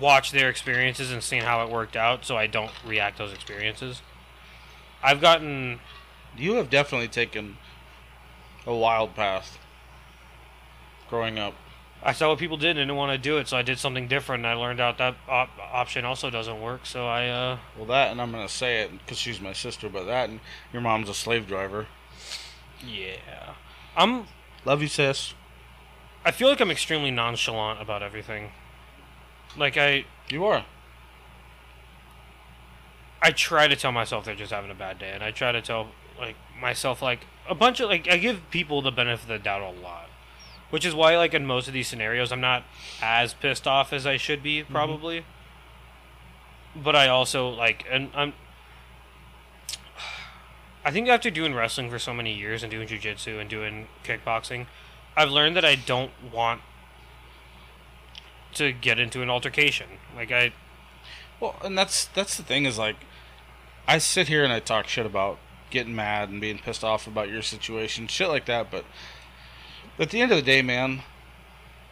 Speaker 1: watched their experiences and seen how it worked out so I don't react to those experiences. I've gotten
Speaker 2: You have definitely taken a wild path growing up.
Speaker 1: I saw what people did and didn't want to do it, so I did something different. And I learned out that op- option also doesn't work, so I uh,
Speaker 2: Well, that, and I'm going to say it because she's my sister, but that, and your mom's a slave driver.
Speaker 1: yeah. I'm
Speaker 2: Love you, sis.
Speaker 1: I feel like I'm extremely nonchalant about everything. Like I
Speaker 2: You are.
Speaker 1: I try to tell myself they're just having a bad day and I try to tell like myself like a bunch of like I give people the benefit of the doubt a lot. Which is why like in most of these scenarios I'm not as pissed off as I should be probably. But I also like and I'm I think after doing wrestling for so many years and doing jujitsu and doing kickboxing, I've learned that I don't want to get into an altercation. Like I
Speaker 2: Well, and that's that's the thing is like, I sit here and I talk shit about getting mad and being pissed off about your situation, shit like that. But at the end of the day, man,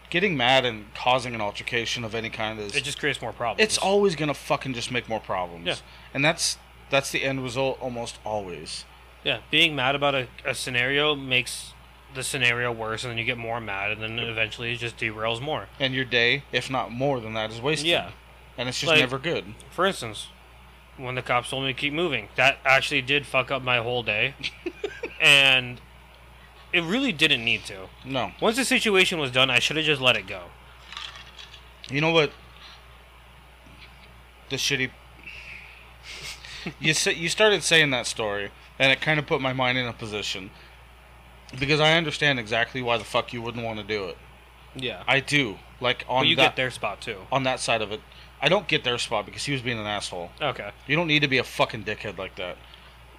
Speaker 2: getting mad and causing an altercation of any kind is
Speaker 1: it just creates more problems.
Speaker 2: it's always gonna fucking just make more problems.
Speaker 1: Yeah.
Speaker 2: And that's that's the end result almost always.
Speaker 1: Yeah, being mad about a, a scenario makes the scenario worse, and then you get more mad, and then eventually it just derails more.
Speaker 2: And your day, if not more than that, is wasted.
Speaker 1: Yeah.
Speaker 2: And it's just
Speaker 1: Like-
Speaker 2: never good.
Speaker 1: For instance, when the cops told me to keep moving, that actually did fuck up my whole day, and it really didn't need to.
Speaker 2: No.
Speaker 1: Once the situation was done, I should have just let it go.
Speaker 2: You know what? The shitty. you sa- you started saying that story, and it kind of put my mind in a position because I understand exactly why the fuck you wouldn't want to do it.
Speaker 1: Yeah,
Speaker 2: I do. Like on
Speaker 1: but Oh, you
Speaker 2: that
Speaker 1: get their spot too.
Speaker 2: on that side of it, I don't get their spot because he was being an asshole.
Speaker 1: Okay,
Speaker 2: You don't need to be a fucking dickhead like that.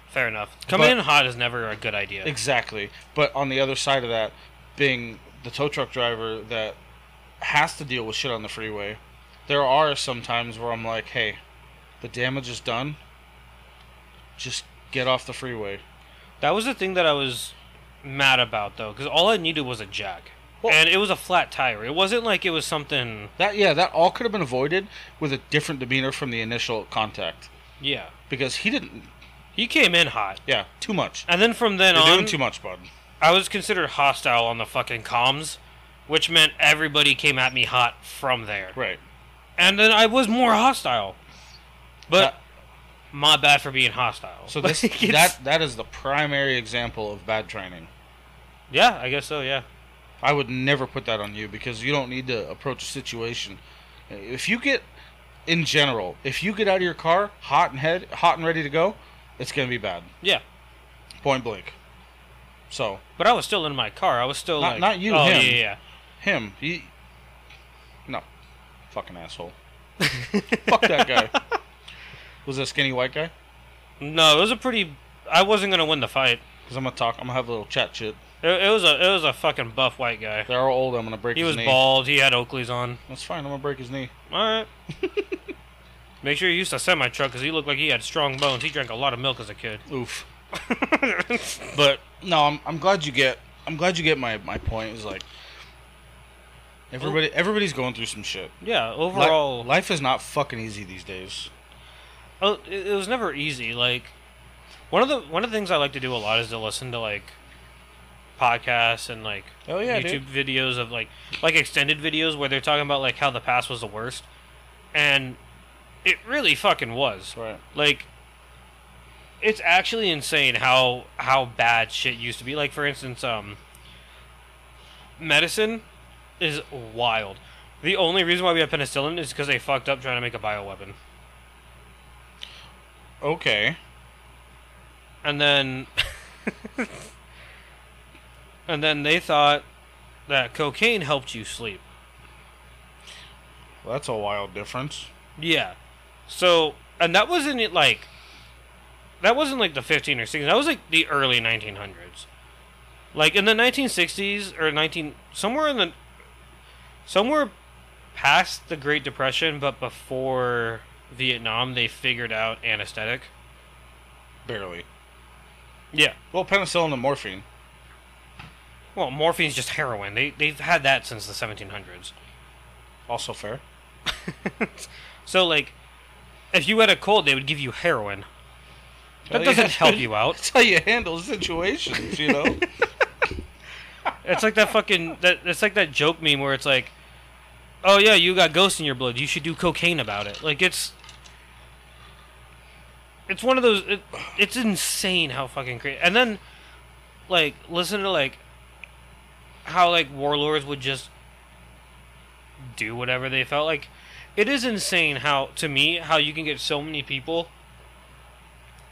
Speaker 1: fair enough. Coming
Speaker 2: But-
Speaker 1: in hot is never a good idea.
Speaker 2: Exactly. But on the other side of that, being the tow truck driver that has to deal with shit on the freeway, there are some times where I'm like, hey, the damage is done. Just get off the freeway.
Speaker 1: That was the thing that I was mad about though, because all I needed was a jack,
Speaker 2: Well-
Speaker 1: and it was a flat tire. It wasn't like it was something.
Speaker 2: That yeah, that all could have been avoided with a different demeanor from the initial contact
Speaker 1: Yeah.
Speaker 2: because he didn't.
Speaker 1: He came in hot.
Speaker 2: Yeah, too much.
Speaker 1: And then from then
Speaker 2: You're
Speaker 1: on,
Speaker 2: doing too much, bud.
Speaker 1: I was considered hostile on the fucking comms, which meant everybody came at me hot from there.
Speaker 2: Right.
Speaker 1: And then I was more hostile. But
Speaker 2: That-
Speaker 1: my bad for being hostile.
Speaker 2: so this
Speaker 1: Like, it's-
Speaker 2: that that is the primary example of bad training.
Speaker 1: Yeah, I guess so, yeah.
Speaker 2: I would never put that on you because you don't need to approach a situation. If you get, in general, if you get out of your car hot and head, hot and ready to go, it's gonna be bad,
Speaker 1: Yeah.
Speaker 2: point blank. So
Speaker 1: But I was still in my car. I was still
Speaker 2: Not-
Speaker 1: like
Speaker 2: not you,
Speaker 1: Oh
Speaker 2: him.
Speaker 1: yeah, yeah.
Speaker 2: him, he, no, fucking asshole. Fuck that guy. Was that skinny white guy?
Speaker 1: yeah. No, it was a pretty I wasn't going to win the fight.
Speaker 2: Because I'm gonna talk. I'm gonna have a little chat shit.
Speaker 1: It, it was a it was a fucking buff white guy.
Speaker 2: They're all old. I'm gonna break.
Speaker 1: He
Speaker 2: his
Speaker 1: was
Speaker 2: knee.
Speaker 1: bald. He had Oakley's on.
Speaker 2: That's fine. I'm gonna break his knee.
Speaker 1: All right. Make sure you use the semi truck because he looked like he had strong bones. He drank a lot of milk as a kid.
Speaker 2: Oof. But no, I'm, I'm glad you get I'm glad you get my, my point is like everybody everybody's going through some shit.
Speaker 1: yeah,
Speaker 2: Li-
Speaker 1: overall,
Speaker 2: life is not fucking easy these days.
Speaker 1: oh, it, it was never easy. Like one of the one of the things I like to do a lot is to listen to like podcasts and like
Speaker 2: Oh, yeah,
Speaker 1: YouTube videos of like like extended videos where they're talking about like how the past was the worst, and it really fucking was.
Speaker 2: Right.
Speaker 1: Like it's actually insane how how bad shit used to be. Like for instance, um medicine is wild. The only reason why we have penicillin is because they fucked up trying to make a bioweapon.
Speaker 2: Okay.
Speaker 1: And then and then they thought that cocaine helped you sleep.
Speaker 2: Well, that's a wild difference.
Speaker 1: Yeah. So, and that wasn't it like that wasn't like the 15 or 16. That was like the early 1900s. Like in the 1960s or 19 somewhere in the somewhere past the Great Depression, but before Vietnam, they figured out anesthetic.
Speaker 2: Barely.
Speaker 1: Yeah.
Speaker 2: Well, penicillin and morphine.
Speaker 1: Well, morphine's just heroin. They they've had that since the 1700s.
Speaker 2: Also fair.
Speaker 1: so like, if you had a cold, they would give you heroin. That
Speaker 2: Well,
Speaker 1: doesn't
Speaker 2: Oh, yeah.
Speaker 1: help you out.
Speaker 2: That's how you handle situations, you know?
Speaker 1: It's like that fucking that. It's like that joke meme where it's like, "Oh yeah, you got ghosts in your blood. You should do cocaine about it." Like it's, it's one of those. It, it's insane how fucking crazy. And then, like, listen to like, how like warlords would just do whatever they felt like. It is insane how to me how you can get so many people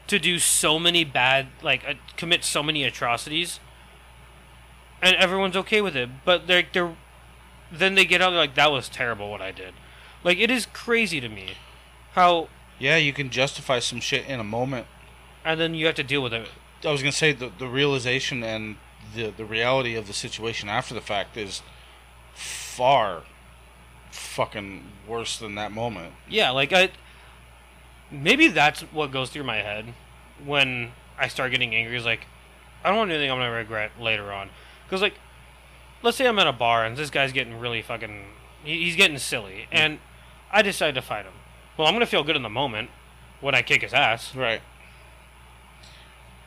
Speaker 1: to do so many bad like uh, commit so many atrocities and everyone's okay with it. But they're they're then they get out they're like that was terrible what I did. Like it is crazy to me how
Speaker 2: yeah, you can justify some shit in a moment.
Speaker 1: and then you have to deal with it.
Speaker 2: I was gonna say the the realization and the the reality of the situation after the fact is far fucking worse than that moment.
Speaker 1: Yeah, like I maybe that's what goes through my head when I start getting angry. Is like I don't want anything I'm gonna regret later on. Because like let's say I'm at a bar and this guy's getting really fucking he- he's getting silly and I decide to fight him. Well, I'm gonna feel good in the moment when I kick his ass.
Speaker 2: Right.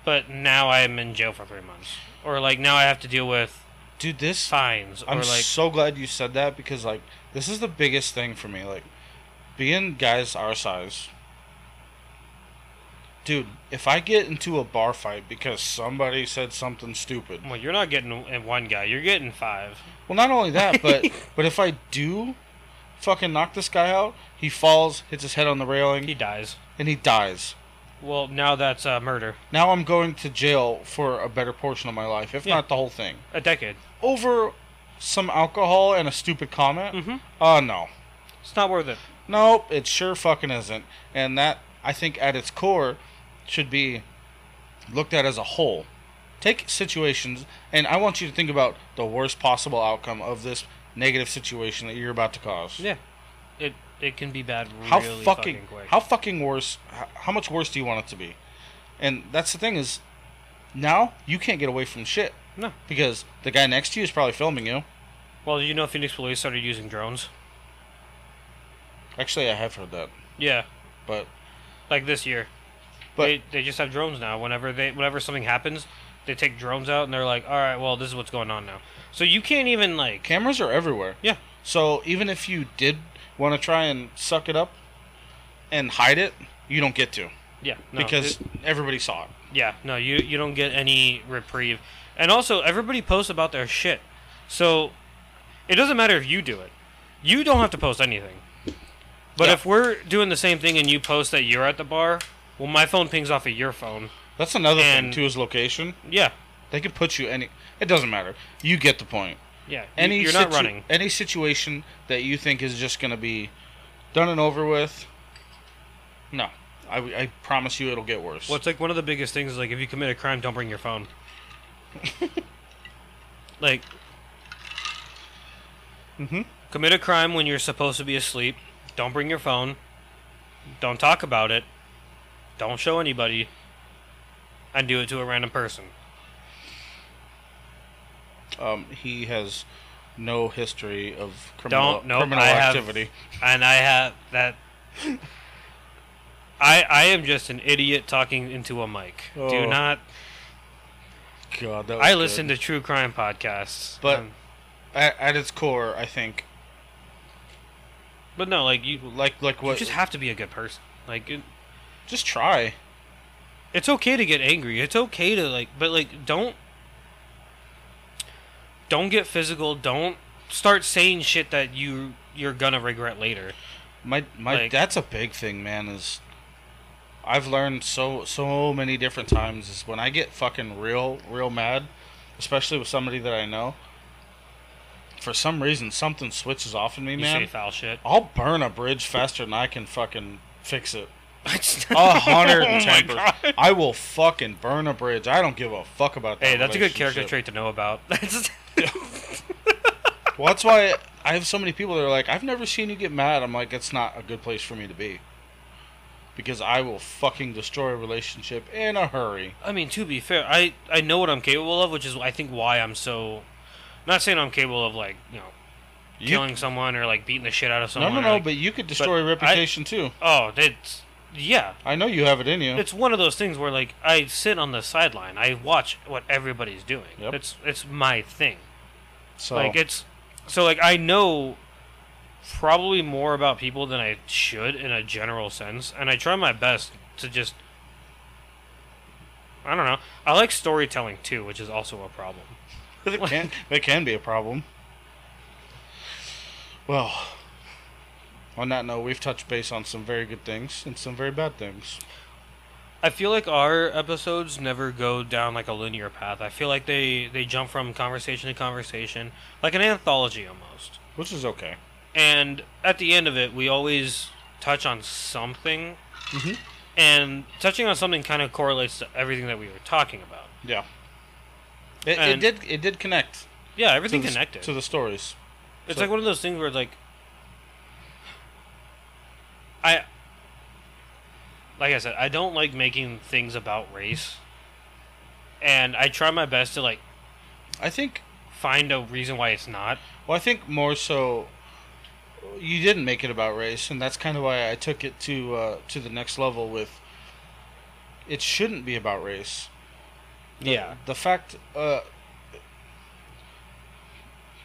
Speaker 1: but now I'm in jail for three months, or like now I have to deal with
Speaker 2: Dude, this
Speaker 1: fines, or
Speaker 2: I'm
Speaker 1: like
Speaker 2: so glad you said that because like this is the biggest thing for me. Like being guys our size. Dude, if I get into a bar fight because somebody said something stupid,
Speaker 1: well, you're not getting in one guy, you're getting five.
Speaker 2: Well, not only that, but but if I do fucking knock this guy out, he falls, hits his head on the railing,
Speaker 1: He dies.
Speaker 2: and he dies.
Speaker 1: Well, now that's uh, murder.
Speaker 2: Now I'm going to jail for a better portion of my life, if
Speaker 1: Yeah.
Speaker 2: not the whole thing,
Speaker 1: A decade.
Speaker 2: over some alcohol and a stupid comment.
Speaker 1: Mhm.
Speaker 2: Uh, no,
Speaker 1: It's not worth it.
Speaker 2: nope, it sure fucking isn't. And that I think at its core should be looked at as a whole. Take situations, and I want you to think about the worst possible outcome of this negative situation that you're about to cause.
Speaker 1: Yeah. It it can be bad
Speaker 2: how
Speaker 1: really
Speaker 2: fucking,
Speaker 1: quick.
Speaker 2: how fucking worse how, how much worse do you want it to be and that's the thing is now you can't get away from shit
Speaker 1: No.
Speaker 2: because the guy next to you is probably filming you
Speaker 1: well, you know, Phoenix police started using drones.
Speaker 2: actually i have heard that
Speaker 1: Yeah,
Speaker 2: but
Speaker 1: like this year.
Speaker 2: But-
Speaker 1: they, they just have drones now. Whenever they whenever something happens, they take drones out and they're like, all right, well, this is what's going on now. So you can't even like.
Speaker 2: cameras are everywhere
Speaker 1: Yeah.
Speaker 2: so even if you did want to try and suck it up and hide it you don't get to
Speaker 1: Yeah. no, it-
Speaker 2: because everybody saw it
Speaker 1: Yeah, no, you you don't get any reprieve. And also, everybody posts about their shit, so it doesn't matter if you do it. You don't have to post anything. But
Speaker 2: Yeah.
Speaker 1: if we're doing the same thing and you post that you're at the bar, well, my phone pings off of your phone.
Speaker 2: that's another thing
Speaker 1: And-
Speaker 2: too is location
Speaker 1: Yeah,
Speaker 2: they could put you any it doesn't matter you get the point
Speaker 1: yeah. you-
Speaker 2: any
Speaker 1: you're not
Speaker 2: situ-
Speaker 1: running.
Speaker 2: any situation that you think is just going to be done and over with no I, I promise you it'll get worse
Speaker 1: Well, it's like one of the biggest things is like if you commit a crime, don't bring your phone. like,
Speaker 2: Mhm.
Speaker 1: commit a crime when you're supposed to be asleep. Don't bring your phone. Don't talk about it. Don't show anybody. And do it to a random person.
Speaker 2: um, he has no history of criminal,
Speaker 1: Don't no.
Speaker 2: criminal
Speaker 1: I have,
Speaker 2: activity
Speaker 1: and I have that. I I am just an idiot talking into a mic.
Speaker 2: Oh.
Speaker 1: Do not.
Speaker 2: god that
Speaker 1: I listen to true crime podcasts,
Speaker 2: But-
Speaker 1: um,
Speaker 2: at, at its core i think
Speaker 1: but no, like you
Speaker 2: like like what
Speaker 1: You just have to be a good person. Like it,
Speaker 2: just try
Speaker 1: it's okay to get angry. It's okay to like, but like don't don't get physical. Don't start saying shit that you you're gonna regret later.
Speaker 2: my my
Speaker 1: Like-
Speaker 2: that's a big thing man is i've learned so so many different times is when i get fucking real real mad especially with somebody that i know for some reason something switches off in me
Speaker 1: You
Speaker 2: man
Speaker 1: say foul shit.
Speaker 2: i'll burn a bridge faster than i can fucking fix it a
Speaker 1: oh
Speaker 2: hundred and
Speaker 1: my
Speaker 2: ten
Speaker 1: God.
Speaker 2: percent i will fucking burn a bridge i don't give a fuck about that
Speaker 1: Hey, that's a good character
Speaker 2: relationship.
Speaker 1: trait to know about. That's
Speaker 2: well that's why I have so many people that are like, I've never seen you get mad. I'm like, it's not a good place for me to be. Because I will fucking destroy a relationship in a hurry.
Speaker 1: I mean, to be fair, I I know what I'm capable of, which is I think why I'm so. Not saying I'm capable of like you know
Speaker 2: You-
Speaker 1: killing someone or like beating the shit out of
Speaker 2: no,
Speaker 1: someone.
Speaker 2: no,
Speaker 1: or,
Speaker 2: no,
Speaker 1: like-
Speaker 2: but you could destroy
Speaker 1: but I-
Speaker 2: reputation too.
Speaker 1: oh, it's yeah.
Speaker 2: I know you have it in you.
Speaker 1: It's one of those things where like I sit on the sideline, I watch what everybody's doing.
Speaker 2: Yep.
Speaker 1: It's it's my thing.
Speaker 2: so,
Speaker 1: Like it's so like I know probably more about people than I should in a general sense, and I try my best to just I don't know. I like storytelling too, which is also a problem.
Speaker 2: it can, that can be a problem. Well, on that note, we've touched base on some very good things and some very bad things.
Speaker 1: I feel like our episodes never go down like a linear path. I feel like they they jump from conversation to conversation, like an anthology almost.
Speaker 2: Which is okay.
Speaker 1: And at the end of it, we always touch on something.
Speaker 2: Mhm.
Speaker 1: And touching on something kind of correlates to everything that we were talking about.
Speaker 2: Yeah. It, it
Speaker 1: And-
Speaker 2: did it did connect
Speaker 1: Yeah,
Speaker 2: to
Speaker 1: everything
Speaker 2: the s-
Speaker 1: connected.
Speaker 2: to the stories.
Speaker 1: it's
Speaker 2: so-
Speaker 1: like one of those things where like I like I said, I don't like making things about race. And I try my best to like
Speaker 2: I think
Speaker 1: find a reason why it's not.
Speaker 2: Well, I think more so, you didn't make it about race, and that's kind of why I took it to uh, to the next level. With it shouldn't be about race. The- The fact. Uh,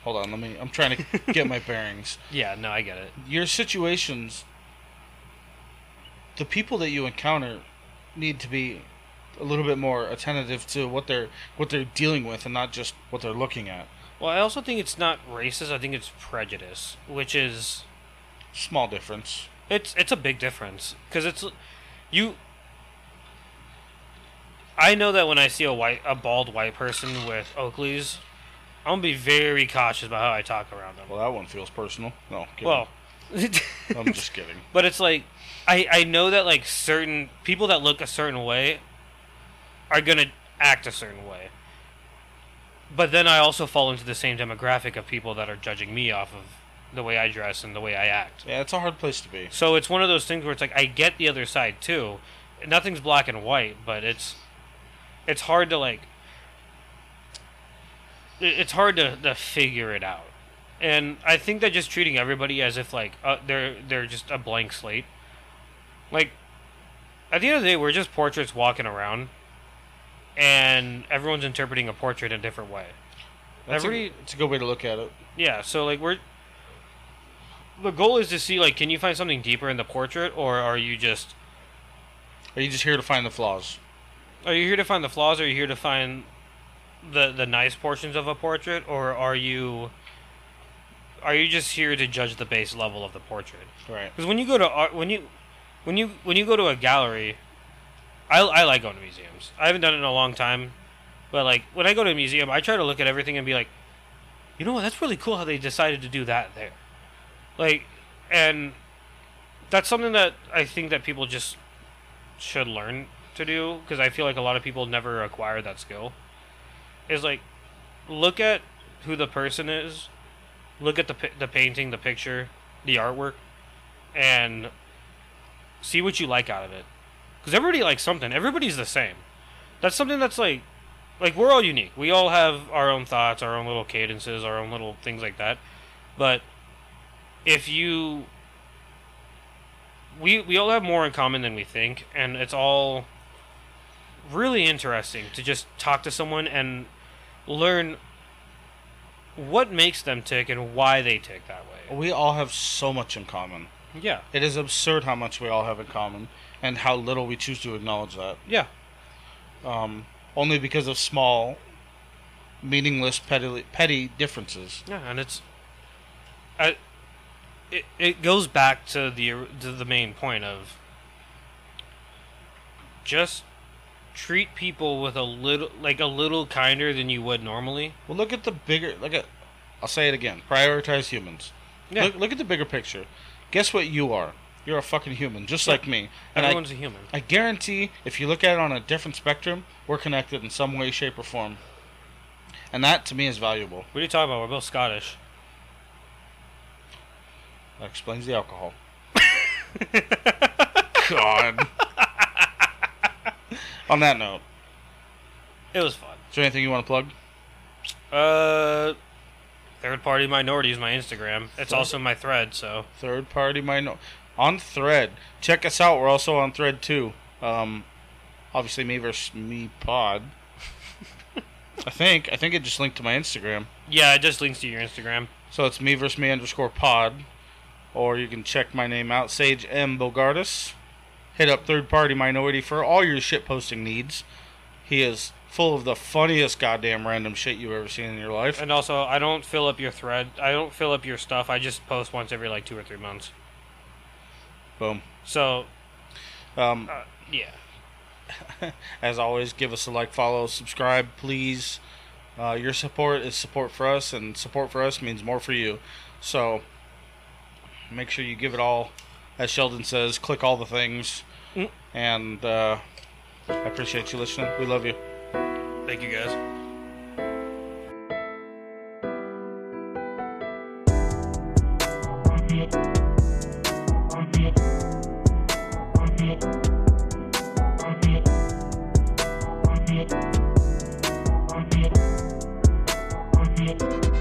Speaker 2: hold on. Let me. I'm trying to get my bearings.
Speaker 1: Yeah, no, I get it.
Speaker 2: Your situations. The people that you encounter need to be a little bit more attentive to what they're what they're dealing with, and not just what they're looking at.
Speaker 1: Well, I also think it's not racist, I think it's prejudice, which is
Speaker 2: Small difference.
Speaker 1: it's it's a big difference cuz it's you I know that when I see a white a bald white person with Oakleys, I'm going to be very cautious about how I talk around them.
Speaker 2: Well, that one feels personal. No. kidding.
Speaker 1: Well,
Speaker 2: I'm just kidding.
Speaker 1: but it's like I I know that like certain people that look a certain way are going to act a certain way. But then I also fall into the same demographic of people that are judging me off of the way I dress and the way I act.
Speaker 2: Yeah, it's a hard place to be.
Speaker 1: So it's one of those things where it's like I get the other side too. Nothing's black and white, but it's it's hard to like it- it's hard to, to figure it out. And I think that just treating everybody as if like uh, they're they're just a blank slate. Like at the end of the day, we're just portraits walking around, and everyone's interpreting a portrait in a different way.
Speaker 2: That's
Speaker 1: Every-
Speaker 2: a, it's a good way to look at it.
Speaker 1: Yeah, so like we're the goal is to see like can you find something deeper in the portrait or are you just
Speaker 2: Are you just here to find the flaws?
Speaker 1: are you here to find the flaws or are you here to find the the nice portions of a portrait or are you are you just here to judge the base level of the portrait?
Speaker 2: Right.
Speaker 1: Cuz when you go to art when you when you when you go to a gallery I I like going to museums. I haven't done it in a long time. But like when I go to a museum, I try to look at everything and be like, you know what? That's really cool how they decided to do that there. Like, and that's something that I think that people just should learn to do because I feel like a lot of people never acquire that skill. Is like, look at who the person is, look at the pi- the painting, the picture, the artwork, and see what you like out of it. Because everybody likes something. Everybody's the same. That's something that's like like we're all unique. We all have our own thoughts, our own little cadences, our own little things like that. But if you we we all have more in common than we think and it's all really interesting to just talk to someone and learn what makes them tick and why they tick that way.
Speaker 2: We all have so much in common.
Speaker 1: Yeah.
Speaker 2: It is absurd how much we all have in common and how little we choose to acknowledge that.
Speaker 1: Yeah.
Speaker 2: Um, only because of small, meaningless, petty, petty differences.
Speaker 1: Yeah, and it's, I, it, it goes back to the to the main point of just treat people with a little like a little kinder than you would normally.
Speaker 2: Well, look at the bigger. Look at. I'll say it again. Prioritize humans.
Speaker 1: Yeah,
Speaker 2: Look, look at the bigger picture. Guess what you are? You're a fucking human, just like me. And I,
Speaker 1: everyone's a human.
Speaker 2: I guarantee if you look at it on a different spectrum, we're connected in some way, shape, or form. And that to me is valuable.
Speaker 1: What are you talking about? We're both Scottish.
Speaker 2: That explains the alcohol. God. On that note,
Speaker 1: It was fun.
Speaker 2: is there anything you want to plug?
Speaker 1: Uh, third party minority is my Instagram. It's also my thread. So
Speaker 2: Third party minor on Thread. Check us out. We're also on Thread too. Um, obviously me versus me pod. I think I think it just linked to my Instagram.
Speaker 1: yeah, it just links to your Instagram.
Speaker 2: So it's me versus me underscore pod, or you can check my name out, Sage M Bogardus. Hit up third party minority for all your shit posting needs. He is full of the funniest goddamn random shit you've ever seen in your life.
Speaker 1: And also, I don't fill up your thread. I don't fill up your stuff. I just post once every like two or three months.
Speaker 2: Boom.
Speaker 1: So
Speaker 2: Um,
Speaker 1: uh, yeah,
Speaker 2: As always, give us a like, follow, subscribe, please. Uh, your support is support for us, and support for us means more for you. So make sure you give it all, as Sheldon says, click all the things.
Speaker 1: Mm.
Speaker 2: And uh, I appreciate you listening. We love you.
Speaker 1: thank you guys.
Speaker 4: Thank you.